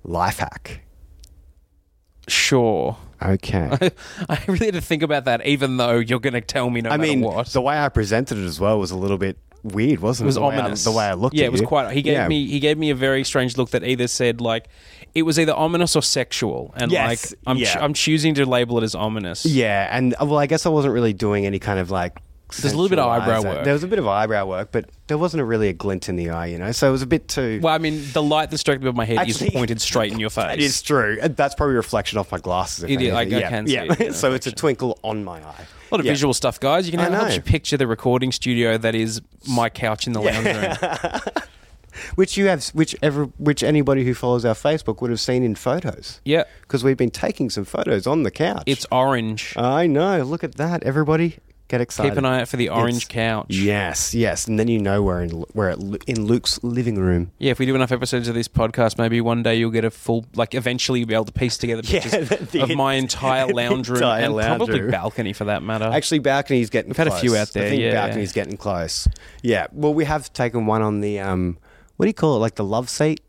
Speaker 1: life hack?
Speaker 2: sure. *laughs*
Speaker 1: Okay.
Speaker 2: I really had to think about that, even though you're going to tell me no
Speaker 1: I
Speaker 2: matter
Speaker 1: mean,
Speaker 2: what.
Speaker 1: the way I presented it as well was a little bit weird, wasn't it?
Speaker 2: it was
Speaker 1: the way I-
Speaker 2: ominous.
Speaker 1: the way I looked.
Speaker 2: yeah,
Speaker 1: at
Speaker 2: it was
Speaker 1: you.
Speaker 2: quite. He gave
Speaker 1: Yeah.
Speaker 2: me he gave me a very strange look that either said like it was either ominous or sexual, and
Speaker 1: Yes,
Speaker 2: like I'm
Speaker 1: yeah.
Speaker 2: I'm choosing to label it as ominous.
Speaker 1: Yeah, and uh, well, I guess I wasn't really doing any kind of like.
Speaker 2: There's a little bit of
Speaker 1: sensualized-
Speaker 2: eyebrow work.
Speaker 1: There was a bit of eyebrow work, but there wasn't a really a glint in the eye, you know. So it was a bit too.
Speaker 2: Well, I mean, the light that's directly above my head
Speaker 1: Actually-
Speaker 2: is pointed
Speaker 1: *laughs*
Speaker 2: straight in your face.
Speaker 1: it is true. And That's probably a reflection off my glasses. If
Speaker 2: It is,
Speaker 1: anything.
Speaker 2: I- I
Speaker 1: yeah.
Speaker 2: can see
Speaker 1: yeah. *laughs*
Speaker 2: it, yeah,
Speaker 1: so it's a twinkle on my eye.
Speaker 2: A lot of
Speaker 1: Yeah.
Speaker 2: visual stuff, guys. You can
Speaker 1: I
Speaker 2: it helps
Speaker 1: know.
Speaker 2: you picture the recording studio that is my couch in the lounge
Speaker 1: *laughs*
Speaker 2: room.
Speaker 1: which you have, which ever, which anybody who follows our Facebook would have seen in photos.
Speaker 2: Yeah.
Speaker 1: because we've been taking some photos on the couch.
Speaker 2: It's orange.
Speaker 1: I know. Look at that, everybody. Get excited.
Speaker 2: Keep an eye out for the orange couch.
Speaker 1: Yes, yes, and then you know we're in we're at, Lu- in Luke's living room.
Speaker 2: Yeah, if we do enough episodes of this podcast, maybe one day you'll get a full, like, eventually you'll be able to piece together
Speaker 1: *laughs* Yeah,
Speaker 2: pictures
Speaker 1: the *laughs*
Speaker 2: of my entire lounge room
Speaker 1: entire
Speaker 2: and
Speaker 1: lounge
Speaker 2: probably
Speaker 1: room.
Speaker 2: balcony for that matter.
Speaker 1: Actually, balcony's getting. We've
Speaker 2: had a few out there,
Speaker 1: I think
Speaker 2: yeah.
Speaker 1: balcony's getting close. Yeah. Well, we have taken one on the um. What do you call it? Like the love seat.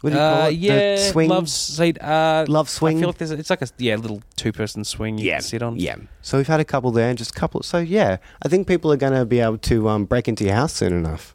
Speaker 1: What do you call
Speaker 2: uh,
Speaker 1: it?
Speaker 2: yeah,
Speaker 1: the swing.
Speaker 2: love seat. Uh,
Speaker 1: Love
Speaker 2: I
Speaker 1: swing?
Speaker 2: feel like there's, a- it's like a yeah little two person swing you
Speaker 1: yeah.
Speaker 2: can sit on.
Speaker 1: Yeah. So we've had a couple there, and just a couple. So yeah, I think people are going to be able to um, break into your house soon enough.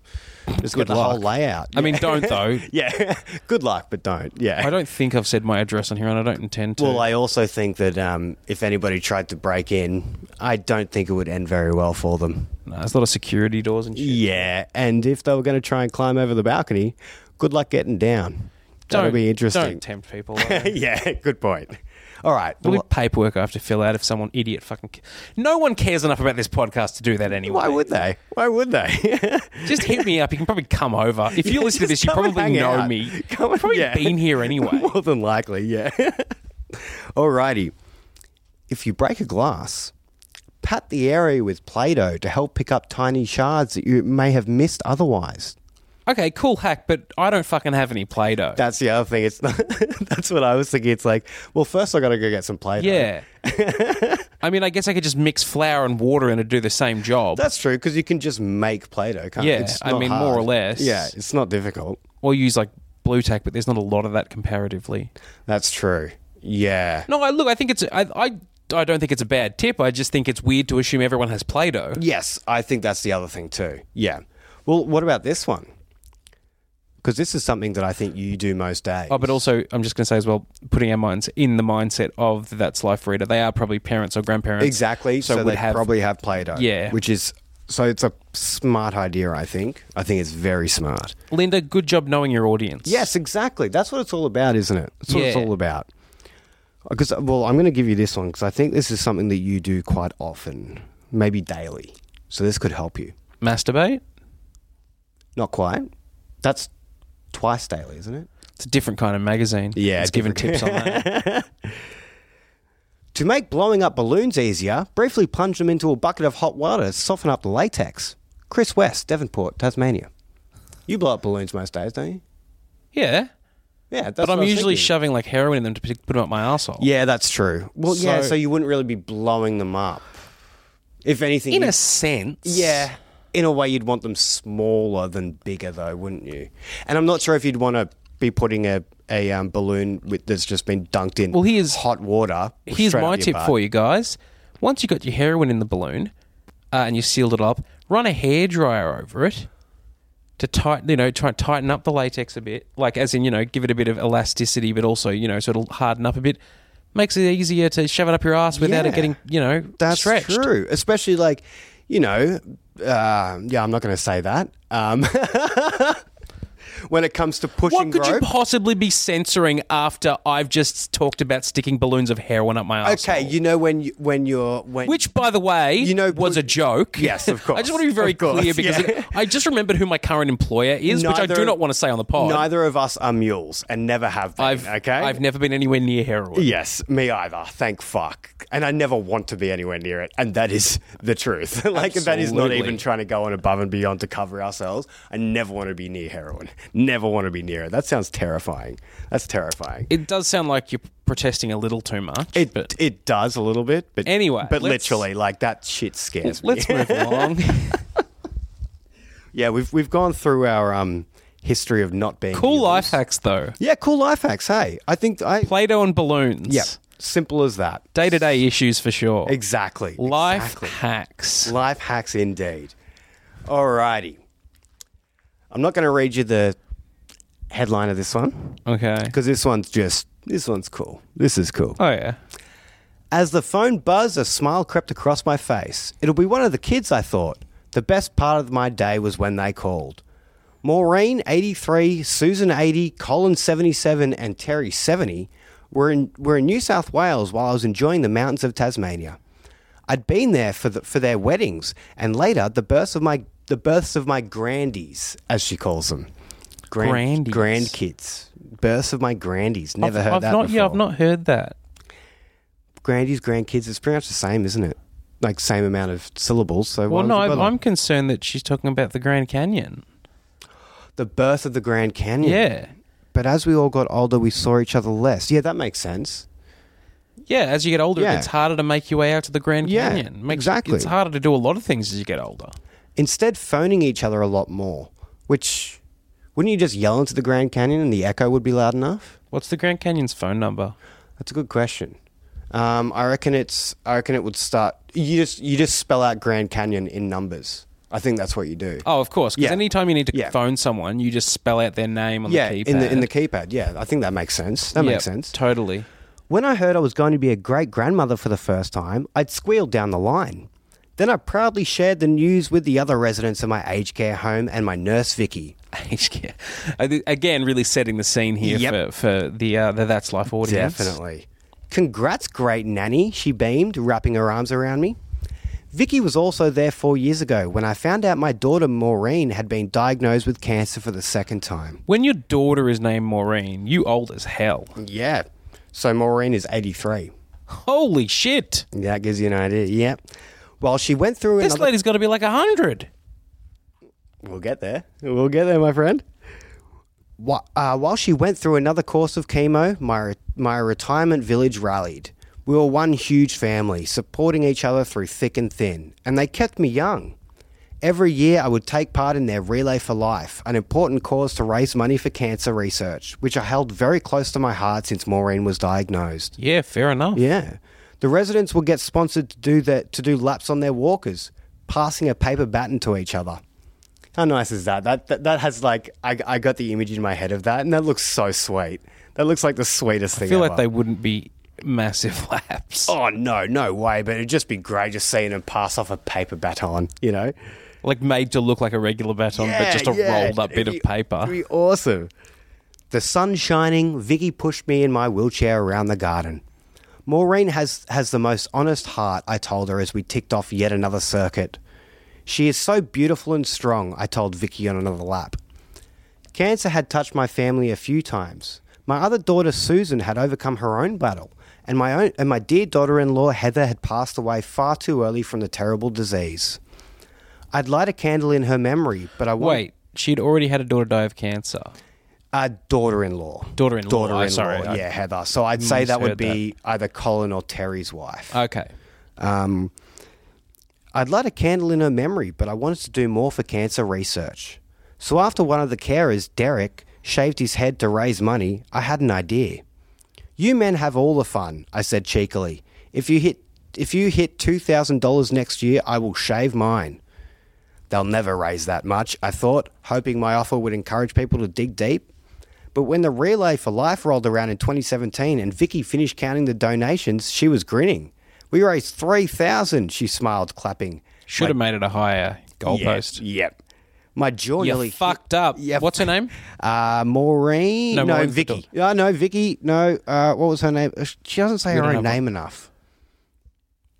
Speaker 1: Just get the
Speaker 2: luck.
Speaker 1: whole layout.
Speaker 2: I mean, don't though.
Speaker 1: *laughs* yeah. Good luck, but don't. Yeah.
Speaker 2: I don't think I've said my address on here, and I don't intend to.
Speaker 1: Well, I also think that um, if anybody tried to break in, I don't think it would end very well for them.
Speaker 2: No, there's a lot of security doors and shit.
Speaker 1: Yeah, and if they were going to try and climb over the balcony, good luck getting down. That'll
Speaker 2: Don't-
Speaker 1: be interesting.
Speaker 2: Don't
Speaker 1: *laughs*
Speaker 2: tempt people. though.
Speaker 1: yeah, good point. All right.
Speaker 2: There'll
Speaker 1: Well,
Speaker 2: be paperwork I have to fill out if someone idiot fucking. ca- No one cares enough about this podcast to do that anyway.
Speaker 1: why would they? Why would they?
Speaker 2: Just hit me up. You can probably come over. If
Speaker 1: *laughs*
Speaker 2: you listen to
Speaker 1: Just
Speaker 2: this, you
Speaker 1: come and
Speaker 2: probably
Speaker 1: hang
Speaker 2: know
Speaker 1: out.
Speaker 2: me.
Speaker 1: *laughs* Come and-
Speaker 2: You've probably
Speaker 1: yeah. *laughs*
Speaker 2: been here anyway.
Speaker 1: More than likely, yeah. *laughs* Alrighty. If you break a glass, pat the area with Play Doh to help pick up tiny shards that you may have missed otherwise.
Speaker 2: Okay, cool hack, but I don't fucking have any Play Doh.
Speaker 1: That's the other thing. It's *laughs* not, that's what I was thinking. It's like, well, first I got to go get some Play Doh.
Speaker 2: Yeah. *laughs* I mean, I guess I could just mix flour and water and it'd do the same job.
Speaker 1: That's true because you can just make Play-Doh, can't
Speaker 2: Yeah,
Speaker 1: you? It's
Speaker 2: I
Speaker 1: not
Speaker 2: mean,
Speaker 1: hard.
Speaker 2: more or less.
Speaker 1: Yeah, it's not difficult.
Speaker 2: Or use like blue tack, but there's not a lot of that comparatively.
Speaker 1: That's true. Yeah.
Speaker 2: No, I look, I think it's. I, I, I don't think it's a bad tip. I just think it's weird to assume everyone has Play Doh.
Speaker 1: Yes, I think that's the other thing too. Yeah. Well, what about this one? Because this is something that I think you do most days.
Speaker 2: Oh, but also, I'm just going to say as well, putting our minds in the mindset of the That's Life reader, they are probably parents or grandparents.
Speaker 1: exactly. So,
Speaker 2: would
Speaker 1: they
Speaker 2: have-
Speaker 1: probably have Play-Doh.
Speaker 2: Yeah.
Speaker 1: Which is so it's a smart idea. I think. I think it's very smart.
Speaker 2: Linda, good job knowing your audience.
Speaker 1: Yes, exactly. That's what it's all about, isn't it? That's what it's
Speaker 2: Yeah.
Speaker 1: all about. Because well, I'm going to give you this one because I think this is something that you do quite often, maybe daily. So this could help you.
Speaker 2: Masturbate?
Speaker 1: Not quite. That's twice daily, isn't it?
Speaker 2: It's a different kind of magazine.
Speaker 1: Yeah,
Speaker 2: It's giving
Speaker 1: different-
Speaker 2: tips
Speaker 1: *laughs*
Speaker 2: on that.
Speaker 1: To make blowing up balloons easier, briefly plunge them into a bucket of hot water to soften up the latex. Chris West, Devonport, Tasmania. You blow up balloons most days, don't you?
Speaker 2: yeah.
Speaker 1: Yeah, that's
Speaker 2: But
Speaker 1: what I
Speaker 2: I'm
Speaker 1: was
Speaker 2: usually
Speaker 1: thinking.
Speaker 2: shoving like heroin in them to p- put them up my asshole.
Speaker 1: Yeah, that's true. Well, yeah,
Speaker 2: So-
Speaker 1: so you wouldn't really be blowing them up. If anything,
Speaker 2: In
Speaker 1: you-
Speaker 2: a sense.
Speaker 1: yeah, in a way, you'd want them smaller than bigger, though, wouldn't you? And I'm not sure if you'd want to be putting a a um, balloon with, that's just been dunked in.
Speaker 2: Well, here's-
Speaker 1: hot water.
Speaker 2: Here's my tip for you guys. Once you got your heroin in the balloon uh, and you sealed it up, run a hairdryer over it to tighten, you know, try and tighten up the latex a bit, like as in, you know, give it a bit of elasticity, but also, you know, so it'll harden up a bit. Makes it easier to shove it up your ass without it
Speaker 1: Yeah.
Speaker 2: getting, you know,
Speaker 1: That's
Speaker 2: stretched.
Speaker 1: true, especially like you know, uh, yeah. I'm not going to say that. Um, *laughs* when it comes to pushing
Speaker 2: What could you
Speaker 1: rope,
Speaker 2: possibly be censoring after I've just talked about sticking balloons of heroin up my ass?
Speaker 1: okay, you know when you, when you're when
Speaker 2: Which, by the way,
Speaker 1: You know,
Speaker 2: was
Speaker 1: put-
Speaker 2: a joke.
Speaker 1: Yes, of course.
Speaker 2: *laughs* I just want to be very
Speaker 1: Of course,
Speaker 2: clear because
Speaker 1: yeah.
Speaker 2: it- I just remembered who my current employer is, which I do
Speaker 1: Neither-
Speaker 2: not want to say on the pod.
Speaker 1: Neither of us are mules and never have been.
Speaker 2: I've
Speaker 1: okay,
Speaker 2: I've never been anywhere near heroin.
Speaker 1: Yes, me either. Thank fuck. And I never want to be anywhere near it. And that is the truth. *laughs* like, that is not
Speaker 2: Absolutely.
Speaker 1: even trying to go on above and beyond to cover ourselves. I never want to be near heroin. Never want to be near it. That sounds terrifying. That's terrifying.
Speaker 2: It does sound like you're protesting a little too much.
Speaker 1: It,
Speaker 2: but
Speaker 1: it does a little bit, but
Speaker 2: Anyway,
Speaker 1: but
Speaker 2: let's-
Speaker 1: literally, like that shit scares me.
Speaker 2: let's move along.
Speaker 1: *laughs* yeah, we've we've gone through our um history of not being
Speaker 2: cool
Speaker 1: mules.
Speaker 2: life hacks though.
Speaker 1: Yeah, cool life hacks. Hey, I think I
Speaker 2: Play-Doh and balloons.
Speaker 1: yeah, simple as that.
Speaker 2: Day to day issues for sure.
Speaker 1: Exactly.
Speaker 2: Life
Speaker 1: Exactly.
Speaker 2: hacks.
Speaker 1: Life hacks indeed. Alrighty. I'm not going to read you the headline of this one
Speaker 2: Okay.
Speaker 1: because this one's just, this one's cool. This is cool.
Speaker 2: Oh yeah.
Speaker 1: As the phone buzzed, a smile crept across my face. It'll be one of the kids, I thought. The best part of my day was when they called. Maureen, 83, Susan, 80, Colin, 77, and Terry, 70, were in, were in New South Wales while I was enjoying the mountains of Tasmania. I'd been there for, the, for their weddings and later the births of my the births of my grandies, as she calls them. Grand,
Speaker 2: Grandies.
Speaker 1: Grandkids. Births of my grandies. Never
Speaker 2: I've,
Speaker 1: heard
Speaker 2: I've
Speaker 1: that
Speaker 2: not.
Speaker 1: before
Speaker 2: Yeah, I've not heard that.
Speaker 1: grandies, grandkids, it's pretty much the same, isn't it? Like same amount of syllables. So why
Speaker 2: Well,
Speaker 1: would
Speaker 2: no,
Speaker 1: you
Speaker 2: I'm
Speaker 1: bother?
Speaker 2: I'm concerned that she's talking about the Grand Canyon.
Speaker 1: the birth of the Grand Canyon.
Speaker 2: Yeah.
Speaker 1: But as we all got older, we saw each other less. Yeah, that makes sense.
Speaker 2: Yeah, as you get older,
Speaker 1: Yeah.
Speaker 2: it's harder to make your way out to the Grand
Speaker 1: Yeah,
Speaker 2: Canyon. Makes-
Speaker 1: exactly.
Speaker 2: It's harder to do a lot of things as you get older.
Speaker 1: Instead, phoning each other a lot more, which wouldn't you just yell into the Grand Canyon and the echo would be loud enough?
Speaker 2: What's the Grand Canyon's phone number?
Speaker 1: That's a good question. Um, I reckon it's. I reckon it would start. You just you just spell out Grand Canyon in numbers. I think that's what you do.
Speaker 2: Oh, of course. Because
Speaker 1: Yeah.
Speaker 2: anytime you need to
Speaker 1: Yeah.
Speaker 2: phone someone, you just spell out their name on
Speaker 1: yeah,
Speaker 2: the keypad.
Speaker 1: in the in the keypad. Yeah, I think that makes sense. That
Speaker 2: Yep,
Speaker 1: makes sense.
Speaker 2: Totally. *laughs*
Speaker 1: When I heard I was going to be a great grandmother for the first time, I'd squealed down the line. Then I proudly shared the news with the other residents of my aged care home and my nurse Vicky.
Speaker 2: Aged care. I thi- Again, really setting the scene here
Speaker 1: Yep.
Speaker 2: for, for the, uh, the That's Life audience.
Speaker 1: Definitely. Congrats, great nanny, she beamed, wrapping her arms around me. Vicky was also there four years ago when I found out my daughter Maureen had been diagnosed with cancer for the second time.
Speaker 2: When your daughter is named Maureen, you old as hell.
Speaker 1: Yeah. So Maureen is 83.
Speaker 2: Holy shit.
Speaker 1: That gives you an idea. Yeah. Well, she went through
Speaker 2: This
Speaker 1: another.
Speaker 2: lady's got to be like 100.
Speaker 1: We'll get there. We'll get there, my friend. Wh- uh, while she went through another course of chemo, my, re- my retirement village rallied. We were one huge family, supporting each other through thick and thin, and they kept me young. Every year, I would take part in their Relay for Life, an important cause to raise money for cancer research, which I held very close to my heart since Maureen was diagnosed.
Speaker 2: Yeah, fair enough.
Speaker 1: Yeah. The residents would get sponsored to do that to do laps on their walkers, passing a paper baton to each other. How nice is that? That that, that has like I, I got the image in my head of that, and that looks so sweet. That looks like the sweetest thing.
Speaker 2: I feel
Speaker 1: ever.
Speaker 2: like they wouldn't be massive *laughs* laps.
Speaker 1: Oh no, no way! But it'd just be great just seeing them pass off a paper baton. You know,
Speaker 2: Like made to look like a regular baton, but just a rolled up bit of paper.
Speaker 1: It'd be awesome. The sun shining, Vicky pushed me in my wheelchair around the garden. Maureen has, has the most honest heart, I told her as we ticked off yet another circuit. She is so beautiful and strong, I told Vicky on another lap. Cancer had touched my family a few times. My other daughter Susan had overcome her own battle, and my own and my dear daughter-in-law Heather had passed away far too early from the terrible disease. I'd light a candle in her memory, but I won't.
Speaker 2: Wait, she'd already had a daughter die of cancer.
Speaker 1: Uh, daughter-in-law.
Speaker 2: Daughter-in-law,
Speaker 1: Daughter-in-law.
Speaker 2: I'm sorry, I
Speaker 1: yeah, Heather. So I'd say that would
Speaker 2: misheard
Speaker 1: be
Speaker 2: that. Uh,
Speaker 1: either Colin or Terry's wife.
Speaker 2: Okay.
Speaker 1: Um, I'd light a candle in her memory, but I wanted to do more for cancer research. So after one of the carers, Derek, shaved his head to raise money, I had an idea. You men have all the fun, I said cheekily. If you hit if you hit two thousand dollars next year, I will shave mine. They'll never raise that much, I thought, hoping my offer would encourage people to dig deep. But when the Relay for Life rolled around in 2017 and Vicky finished counting the donations, she was grinning. We raised 3,000, she smiled, clapping.
Speaker 2: Should have made it a higher goalpost.
Speaker 1: Yep. yep. My jaw
Speaker 2: You're
Speaker 1: nearly
Speaker 2: fucked up.
Speaker 1: Yeah.
Speaker 2: What's her name?
Speaker 1: Uh, Maureen.
Speaker 2: No,
Speaker 1: No,
Speaker 2: Maureen's the
Speaker 1: Vicky. Uh, no, Vicky. No, uh, what was her name? Uh, She doesn't say her
Speaker 2: don't
Speaker 1: own
Speaker 2: have one.
Speaker 1: name enough.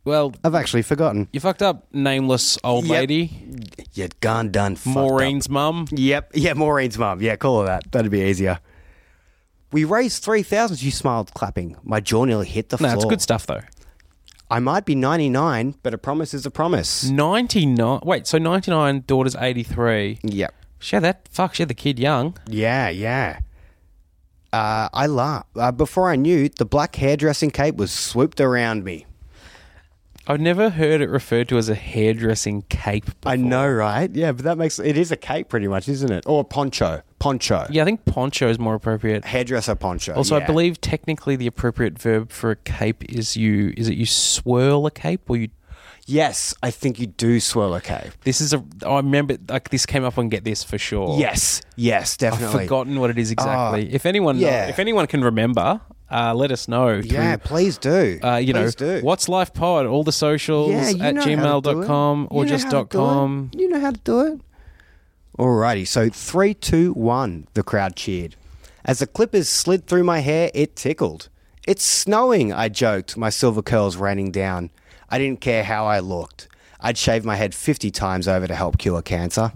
Speaker 2: Well,
Speaker 1: I've actually forgotten.
Speaker 2: you fucked up, nameless old
Speaker 1: Yep.
Speaker 2: lady.
Speaker 1: You'd gone done. fucked up.
Speaker 2: Maureen's mum.
Speaker 1: Yep. Yeah, Maureen's mum. Yeah, call her that. That'd be easier. We raised 3,000. You smiled, clapping. My jaw nearly hit the
Speaker 2: No,
Speaker 1: floor.
Speaker 2: it's good stuff though.
Speaker 1: I might be 99, but a promise is a promise.
Speaker 2: Ninety nine. Wait, so ninety nine daughter's eighty three.
Speaker 1: Yep.
Speaker 2: She had that. Fuck, she had the kid young.
Speaker 1: Yeah, yeah. Uh, I laugh. Uh, before I knew, the black hairdressing cape was swooped around me.
Speaker 2: I've never heard it referred to as a hairdressing cape. Before.
Speaker 1: I know, right? Yeah, but that makes it is a cape, pretty much, isn't it? Or a poncho, poncho,
Speaker 2: Yeah, I think poncho is more appropriate.
Speaker 1: hairdresser poncho.
Speaker 2: Also, I
Speaker 1: yeah.
Speaker 2: believe technically the appropriate verb for a cape is you. Is it you swirl a cape or you?
Speaker 1: Yes, I think you do swirl a cape.
Speaker 2: This is a. I remember like this came up on get this for sure.
Speaker 1: Yes, yes,
Speaker 2: I've
Speaker 1: definitely. Ah,
Speaker 2: forgotten what it is exactly. if anyone,
Speaker 1: yeah.
Speaker 2: if anyone can remember, uh, let us know.
Speaker 1: Yeah,
Speaker 2: through,
Speaker 1: please do.
Speaker 2: uh, you
Speaker 1: please
Speaker 2: know,
Speaker 1: do.
Speaker 2: what's life pod? All the socials
Speaker 1: Yeah, you
Speaker 2: at
Speaker 1: know how to do it.
Speaker 2: gmail.com or
Speaker 1: You know
Speaker 2: just
Speaker 1: how to
Speaker 2: dot
Speaker 1: do it.
Speaker 2: com.
Speaker 1: You know how to do it. Alrighty, so three, two, one. The crowd cheered as the clippers slid through my hair. It tickled. It's snowing, I joked, my silver curls raining down. I didn't care how I looked. I'd shaved my head 50 times over to help cure cancer.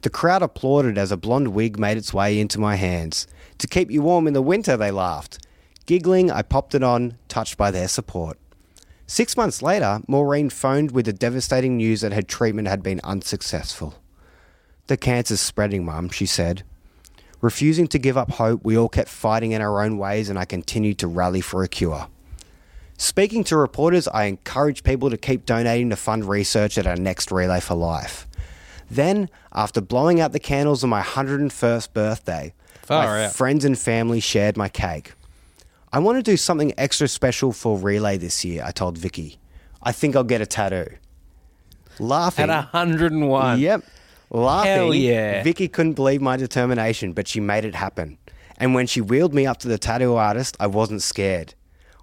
Speaker 1: The crowd applauded as a blonde wig made its way into my hands. To keep you warm in the winter, they laughed. Giggling, I popped it on, touched by their support. Six months later, Maureen phoned with the devastating news that her treatment had been unsuccessful. The cancer's spreading, Mum, she said. Refusing to give up hope, we all kept fighting in our own ways, and I continued to rally for a cure. Speaking to reporters, I encouraged people to keep donating to fund research at our next Relay for Life. Then, after blowing out the candles on my 101st birthday,
Speaker 2: Far
Speaker 1: my
Speaker 2: out.
Speaker 1: friends and family shared my cake. I want to do something extra special for Relay this year, I told Vicky. I think I'll get a tattoo. Laughing.
Speaker 2: At hundred and one.
Speaker 1: Yep. Laughing.
Speaker 2: Hell yeah.
Speaker 1: Vicky couldn't believe my determination, but she made it happen. And when she wheeled me up to the tattoo artist, I wasn't scared.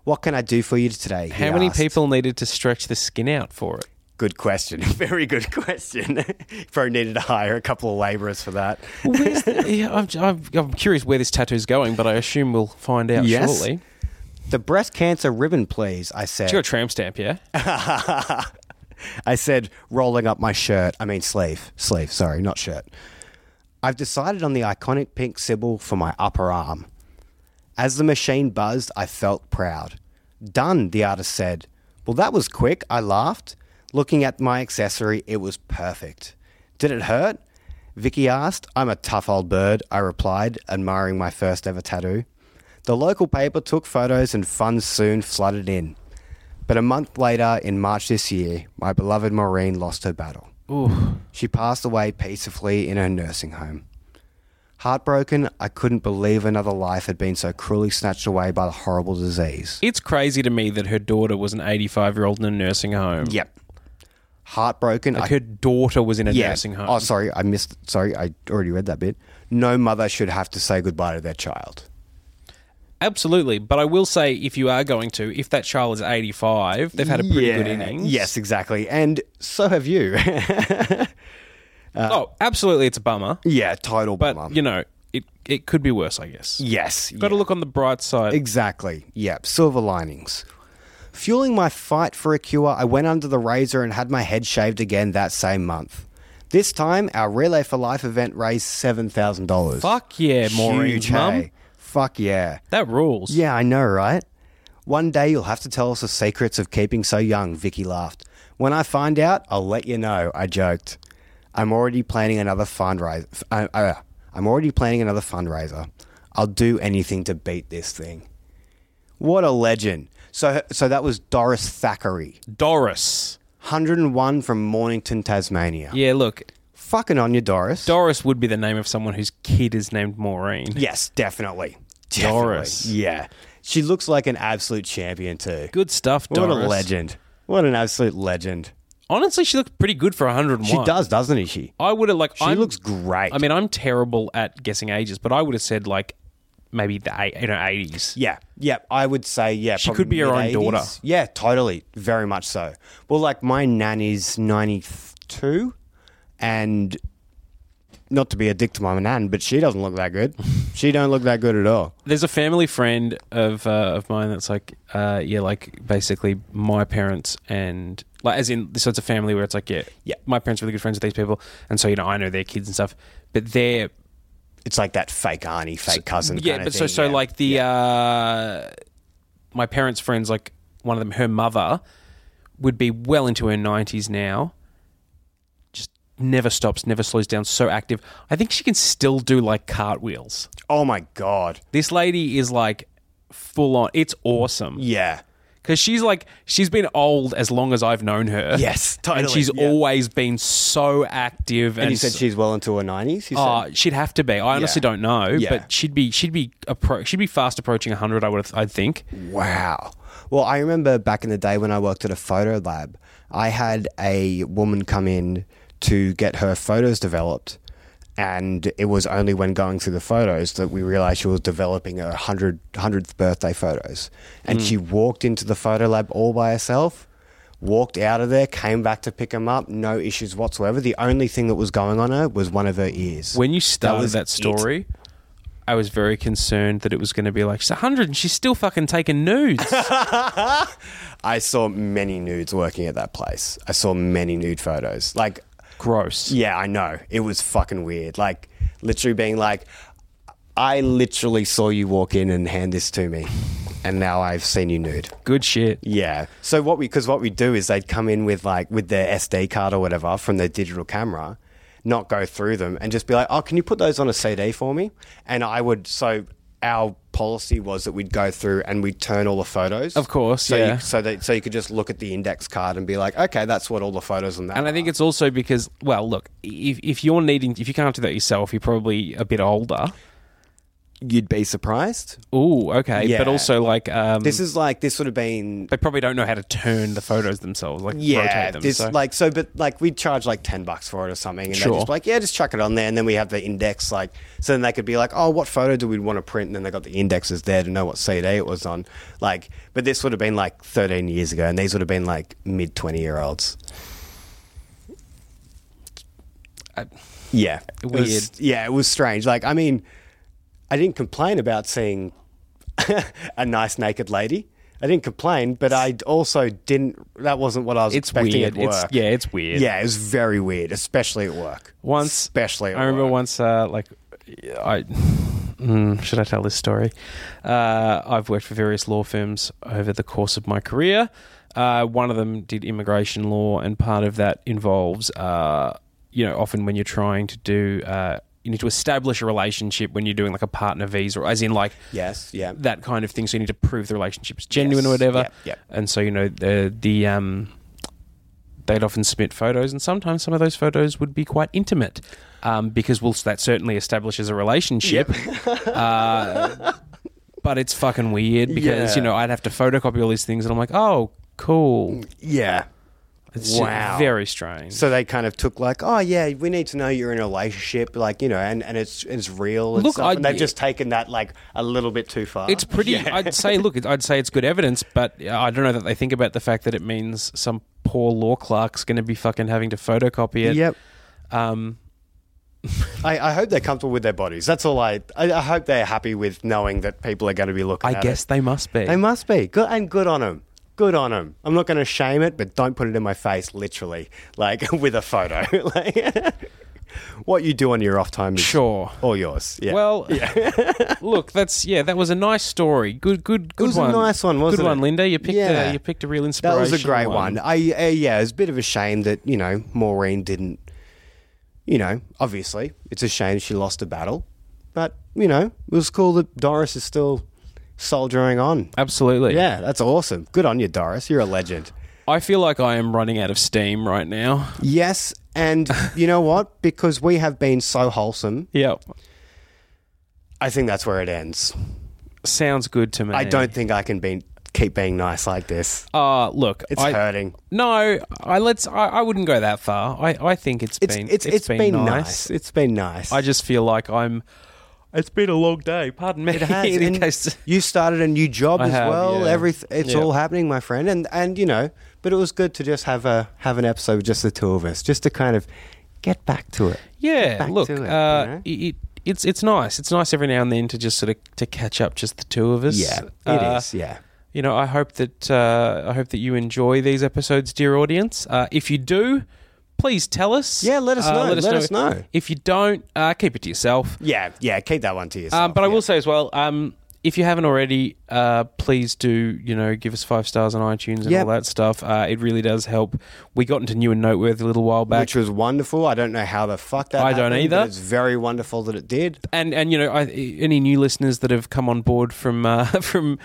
Speaker 1: What can I do for you today? he
Speaker 2: How many
Speaker 1: asked.
Speaker 2: people needed to stretch the skin out for it?
Speaker 1: Good question. *laughs* Very good question. *laughs* Probably needed to hire a couple of laborers for that.
Speaker 2: Where's the, yeah, I'm, I'm, I'm curious where this tattoo's going, but I assume we'll find out
Speaker 1: Yes.
Speaker 2: shortly.
Speaker 1: The breast cancer ribbon, please, I said.
Speaker 2: You got a tram stamp, yeah?
Speaker 1: Ah. I said, rolling up my shirt. I mean, sleeve. Sleeve, sorry, not shirt. I've decided on the iconic pink symbol for my upper arm. As the machine buzzed, I felt proud. Done, the artist said. Well, that was quick, I laughed. Looking at my accessory, it was perfect. Did it hurt? Vicky asked. I'm a tough old bird, I replied, admiring my first ever tattoo. The local paper took photos and funds soon flooded in. But a month later, in March this year, my beloved Maureen lost her battle. She passed away peacefully in her nursing home. Heartbroken, I couldn't believe another life had been so cruelly snatched away by the horrible disease.
Speaker 2: It's crazy to me that her daughter was an 85 year old in a nursing home.
Speaker 1: Yep. Heartbroken. I,
Speaker 2: Like her daughter was in a
Speaker 1: yeah.
Speaker 2: nursing home.
Speaker 1: Oh, sorry, I missed. Sorry, I already read that bit. No mother should have to say goodbye to their child.
Speaker 2: Absolutely. But I will say, if you are going to, if that child is 85, they've had a pretty good
Speaker 1: Yeah.
Speaker 2: innings.
Speaker 1: Yes, exactly. And so have you. *laughs*
Speaker 2: oh, absolutely. It's a bummer.
Speaker 1: yeah, total
Speaker 2: But,
Speaker 1: bummer.
Speaker 2: you know, it, it could be worse, I guess.
Speaker 1: yes.
Speaker 2: Got to look on the bright side.
Speaker 1: Exactly. Yep. Silver linings. Fueling my fight for a cure, I went under the razor and had my head shaved again that same month. This time, our Relay for Life event raised $7,000.
Speaker 2: Fuck yeah,
Speaker 1: Huge,
Speaker 2: Maureen's mum.
Speaker 1: hey. Fuck yeah.
Speaker 2: That rules.
Speaker 1: Yeah, I know, right? One day you'll have to tell us the secrets of keeping so young, Vicky laughed. When I find out, I'll let you know, I joked. I'm already planning another fundraiser. I, I, I'm already planning another fundraiser. I'll do anything to beat this thing. What a legend. So so that was Doris Thackeray.
Speaker 2: Doris.
Speaker 1: 101 from Mornington, Tasmania.
Speaker 2: Yeah, look,
Speaker 1: Fucking on you, Doris.
Speaker 2: Doris would be the name of someone whose kid is named Maureen.
Speaker 1: yes, definitely. definitely.
Speaker 2: Doris.
Speaker 1: Yeah. She looks like an absolute champion too.
Speaker 2: Good stuff, Doris.
Speaker 1: What a legend. What an absolute legend.
Speaker 2: Honestly, she looked pretty good for 101.
Speaker 1: She does, doesn't she?
Speaker 2: I would have like.
Speaker 1: She looks great.
Speaker 2: I mean, I'm terrible at guessing ages, but I would have said like maybe the eight, you know eighties.
Speaker 1: yeah, yeah, I would say, yeah. She
Speaker 2: could be her own daughter.
Speaker 1: Yeah, totally. Very much so. Well, like my nanny's 92, and not to be a dick to my nan, but she doesn't look that
Speaker 2: *laughs*
Speaker 1: good. she don't look that good at all.
Speaker 2: There's a family friend of uh, of mine that's like, uh, yeah, like basically my parents and like as in so it's a family where it's like yeah,
Speaker 1: Yeah.
Speaker 2: my parents are really good friends with these people, and so you know I know their kids and stuff, but they're
Speaker 1: It's like that fake auntie, fake cousin
Speaker 2: yeah,
Speaker 1: kind of
Speaker 2: but so
Speaker 1: thing,
Speaker 2: so
Speaker 1: yeah.
Speaker 2: like the uh, my parents' friends, like one of them, her mother would be well into her nineties now. Just never stops, never slows down. So active. I think she can still do like cartwheels.
Speaker 1: Oh my
Speaker 2: *laughs*
Speaker 1: God.
Speaker 2: This lady is like full on. It's awesome
Speaker 1: Yeah.
Speaker 2: because she's like she's been old as long as I've known her.
Speaker 1: Yes,
Speaker 2: *laughs* And
Speaker 1: totally,
Speaker 2: she's
Speaker 1: yeah.
Speaker 2: always been so active. And,
Speaker 1: And you said
Speaker 2: so-
Speaker 1: she's well into her 90s? You
Speaker 2: Oh,
Speaker 1: said?
Speaker 2: she'd have to be. I honestly
Speaker 1: Yeah.
Speaker 2: don't know,
Speaker 1: Yeah.
Speaker 2: but she'd be she'd be appro- she'd be fast approaching 100 I would have, I think.
Speaker 1: Wow. Well, I remember back in the day when I worked at a photo lab, I had a woman come in to get her photos developed. And it was only when going through the photos that we realized she was developing her 100, 100th birthday photos. And she
Speaker 2: Hmm.
Speaker 1: walked into the photo lab all by herself, walked out of there, came back to pick them up, no issues whatsoever. The only thing that was going on her was one of her ears.
Speaker 2: When you started
Speaker 1: was
Speaker 2: that,
Speaker 1: it.
Speaker 2: story, I was very concerned that it was going to be like she's 100 and she's still fucking taking
Speaker 1: *laughs*
Speaker 2: nudes.
Speaker 1: *laughs* I saw many nudes working at that place, I saw many nude photos. Like,
Speaker 2: Gross.
Speaker 1: Yeah, I know. It was fucking weird. Like, literally being like, I literally saw you walk in and hand this to me, and now I've seen you nude.
Speaker 2: Good shit.
Speaker 1: Yeah. So what we, because what we do is they'd come in with like with their SD card or whatever from their digital camera, not go through them, and just be like, oh, can you put those on a CD for me? And I would so. Our policy was that we'd go through and we'd turn all the photos,
Speaker 2: Of course,
Speaker 1: so
Speaker 2: yeah.
Speaker 1: you, so that so you could just look at the index card and be like, okay, that's what all the photos on that.
Speaker 2: And I
Speaker 1: are.
Speaker 2: think it's also because well, look, if if you're needing if you can't do that yourself, you're probably a bit older.
Speaker 1: you'd be surprised.
Speaker 2: Ooh, okay.
Speaker 1: Yeah.
Speaker 2: But also like um
Speaker 1: This is like this would have been
Speaker 2: they probably don't know how to turn the photos themselves, like
Speaker 1: yeah,
Speaker 2: rotate them.
Speaker 1: this
Speaker 2: so.
Speaker 1: like so, but like we'd charge like ten bucks for it or something, and
Speaker 2: Sure.
Speaker 1: they'd just be like, yeah, just chuck it on there, and then we have the index like so then they could be like, oh, what photo do we want to print, and then they got the indexes there to know what CD it was on, like. But this would have been like thirteen years ago, and these would have been like mid twenty year olds. Yeah, It was-
Speaker 2: Weird.
Speaker 1: yeah, it was strange. Like, I mean, I didn't complain about seeing *laughs* a nice naked lady. I didn't complain, but I also didn't. That wasn't what I was
Speaker 2: it's
Speaker 1: expecting
Speaker 2: weird.
Speaker 1: at work.
Speaker 2: It's yeah, it's weird.
Speaker 1: Yeah, it was very weird, especially at work.
Speaker 2: Once
Speaker 1: especially, at
Speaker 2: I remember
Speaker 1: work.
Speaker 2: once, uh, like, I Mm, should I tell this story? Uh, I've worked for various law firms over the course of my career. Uh, one of them did immigration law, and part of that involves, uh, you know, often when you're trying to do, uh, you need to establish a relationship when you're doing like a partner visa, or as in like
Speaker 1: Yes, yeah,
Speaker 2: that kind of thing. So you need to prove the relationship is genuine or
Speaker 1: Yes.
Speaker 2: whatever.
Speaker 1: Yep, yep.
Speaker 2: And so you know the the um, they'd often submit photos, and sometimes some of those photos would be quite intimate, um, because whilst that certainly establishes a relationship. *laughs*
Speaker 1: *laughs*
Speaker 2: uh, but it's fucking weird because you
Speaker 1: Yeah.
Speaker 2: know I'd have to photocopy all these things, and I'm like, oh, cool.
Speaker 1: yeah.
Speaker 2: It's just
Speaker 1: Wow.
Speaker 2: very strange.
Speaker 1: So they kind of took like, oh yeah, we need to know you're in a relationship, like you know, and, and it's it's real and
Speaker 2: Look,
Speaker 1: stuff.
Speaker 2: I-
Speaker 1: and they've just taken that like a little bit too far. *laughs*
Speaker 2: It's pretty. I'd say, look, it- I'd say it's good evidence, but uh, I don't know that they think about the fact that it means some poor law clerk's going to be fucking having to photocopy it.
Speaker 1: Yep.
Speaker 2: Um,
Speaker 1: I, I hope they're comfortable with their bodies. That's all I. I, I hope they're happy with knowing that people are going to be looking.
Speaker 2: I
Speaker 1: at
Speaker 2: guess
Speaker 1: it.
Speaker 2: they must be.
Speaker 1: they must be good and good on them. Good on him. I'm not going to shame it, but don't put it in my face, literally, *laughs* like with a photo. *laughs* like, what you do on your off time is
Speaker 2: Sure.
Speaker 1: all yours. Yeah. *laughs*
Speaker 2: Well, *laughs* look, that's yeah, that was a nice story. Good, good, good
Speaker 1: was a
Speaker 2: one.
Speaker 1: nice one, wasn't
Speaker 2: good one,
Speaker 1: it?
Speaker 2: Linda. You picked
Speaker 1: Yeah.
Speaker 2: a, you picked a real
Speaker 1: that
Speaker 2: inspiration.
Speaker 1: was a great one. I uh, yeah, it's a bit of a shame that you know Maureen didn't. You know, obviously, it's a shame she lost a battle, but you know, it was cool that Doris is still soldiering on.
Speaker 2: Uh, Absolutely.
Speaker 1: Yeah, that's awesome. Good on you, Doris. You're a legend.
Speaker 2: I feel like I am running out of steam right now.
Speaker 1: Yes,
Speaker 2: *laughs*
Speaker 1: and you know what? Because we have been so wholesome,
Speaker 2: Yep.
Speaker 1: I think that's where it ends.
Speaker 2: Sounds good to me.
Speaker 1: I don't think I can be keep being nice like this.
Speaker 2: Uh look,
Speaker 1: It's
Speaker 2: I,
Speaker 1: hurting.
Speaker 2: No, I let's. I, I wouldn't go that far. I, I think
Speaker 1: It's
Speaker 2: been
Speaker 1: it's,
Speaker 2: it's been, nice.
Speaker 1: It's been nice.
Speaker 2: I just feel like I'm. It's been a long day. Pardon me.
Speaker 1: It has.
Speaker 2: *laughs* in
Speaker 1: and
Speaker 2: case-
Speaker 1: you started a new job
Speaker 2: I
Speaker 1: as
Speaker 2: have,
Speaker 1: well.
Speaker 2: yeah.
Speaker 1: Everything it's
Speaker 2: Yeah.
Speaker 1: all happening, my friend. And and you know, but it was good to just have a have an episode with just the two of us, just to kind of get back to it.
Speaker 2: yeah.
Speaker 1: back
Speaker 2: Look,
Speaker 1: to it, you
Speaker 2: uh,
Speaker 1: know?
Speaker 2: it, it, it's it's nice. It's nice every now and then to just sort of to catch up, just the two of us.
Speaker 1: Yeah, it is.
Speaker 2: Uh,
Speaker 1: Yeah.
Speaker 2: You know, I hope that uh, I hope that you enjoy these episodes, dear audience. Uh, if you do, please tell us.
Speaker 1: Yeah, let us know. Let us know.
Speaker 2: If you don't, uh, keep it to yourself.
Speaker 1: Yeah, yeah. Keep that one to yourself.
Speaker 2: Um, but I
Speaker 1: yeah.
Speaker 2: will say as well, um, if you haven't already, uh, please do you know give us five stars on iTunes and
Speaker 1: Yep.
Speaker 2: all that stuff. Uh, it really does help. We got into new and noteworthy a little while back,
Speaker 1: which was wonderful. I don't know how the fuck that.
Speaker 2: I don't
Speaker 1: happened, but
Speaker 2: either.
Speaker 1: It's very wonderful that it did.
Speaker 2: and and you know I, any new listeners that have come on board from uh, *laughs* from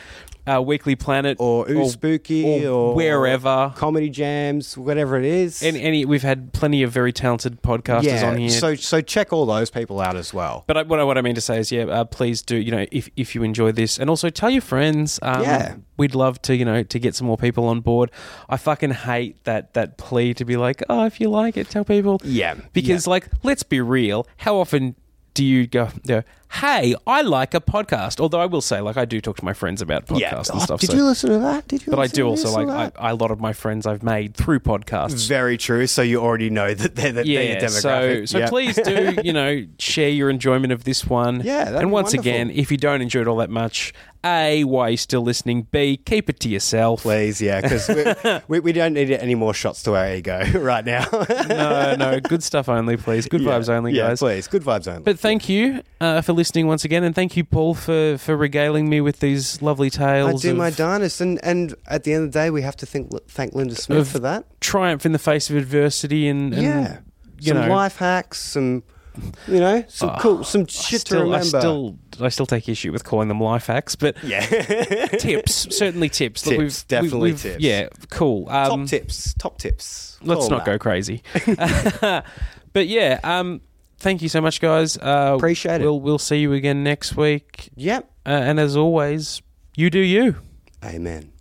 Speaker 2: uh, Weekly Planet
Speaker 1: Or Ooh Spooky, or,
Speaker 2: wherever.
Speaker 1: comedy jams, whatever it is.
Speaker 2: Any, any, we've had plenty of very talented podcasters
Speaker 1: yeah,
Speaker 2: on here.
Speaker 1: so so check all those people out as well.
Speaker 2: But I, what, I, what I mean to say is, yeah, uh, please do. You know, if if you enjoy this, and also tell your friends. Um,
Speaker 1: Yeah.
Speaker 2: we'd love to. You know, to get some more people on board. I fucking hate that that plea to be like, oh, if you like it, tell people.
Speaker 1: Yeah,
Speaker 2: because like, let's be real. How often do you go? go hey, I like a podcast. Although I will say, like, I do talk to my friends about podcasts
Speaker 1: yeah.
Speaker 2: and
Speaker 1: Oh,
Speaker 2: stuff.
Speaker 1: did
Speaker 2: so-
Speaker 1: you listen to that? Did you?
Speaker 2: but I
Speaker 1: listen
Speaker 2: do
Speaker 1: to
Speaker 2: also
Speaker 1: this or
Speaker 2: like
Speaker 1: that?
Speaker 2: I, I- a lot of my friends I've made through podcasts.
Speaker 1: Very true. So you already know that they're, that they're your
Speaker 2: Yeah, so
Speaker 1: demographic.
Speaker 2: so
Speaker 1: Yep.
Speaker 2: please
Speaker 1: *laughs*
Speaker 2: do you know share your enjoyment of this one.
Speaker 1: Yeah, that'd
Speaker 2: and
Speaker 1: be
Speaker 2: once
Speaker 1: wonderful.
Speaker 2: again, if you don't enjoy it all that much, a why are you still listening? B keep it
Speaker 1: *laughs*
Speaker 2: to yourself.
Speaker 1: Please, yeah, because
Speaker 2: *laughs*
Speaker 1: we, we, we don't need any more shots to our ego *laughs* right now.
Speaker 2: no, no, good stuff only, please. Good vibes only,
Speaker 1: yeah,
Speaker 2: guys.
Speaker 1: please. Good vibes only.
Speaker 2: But thank you uh, for listening once again, and thank you, Paul, for for regaling me with these lovely
Speaker 1: I
Speaker 2: tales.
Speaker 1: do
Speaker 2: of
Speaker 1: my darndest, and, and at the end of the day, we have to think, thank Linda Smith
Speaker 2: Of-
Speaker 1: for that.
Speaker 2: triumph in the face of adversity, and, and
Speaker 1: yeah,
Speaker 2: you
Speaker 1: some
Speaker 2: know,
Speaker 1: life hacks, some you know, some cool, some shit
Speaker 2: still,
Speaker 1: to remember.
Speaker 2: I still, I still take issue with calling them life
Speaker 1: *laughs*
Speaker 2: hacks, but
Speaker 1: yeah,
Speaker 2: tips, certainly tips.
Speaker 1: Tips, definitely tips.
Speaker 2: Yeah, cool.
Speaker 1: top
Speaker 2: Um,
Speaker 1: tips, top tips.
Speaker 2: let's
Speaker 1: Cool,
Speaker 2: not
Speaker 1: Matt.
Speaker 2: go crazy. *laughs* but yeah, um, thank you so much, guys. Uh,
Speaker 1: Appreciate it.
Speaker 2: We'll we'll see you again next week.
Speaker 1: Yep.
Speaker 2: Uh, and as always, you do you.
Speaker 1: Amen.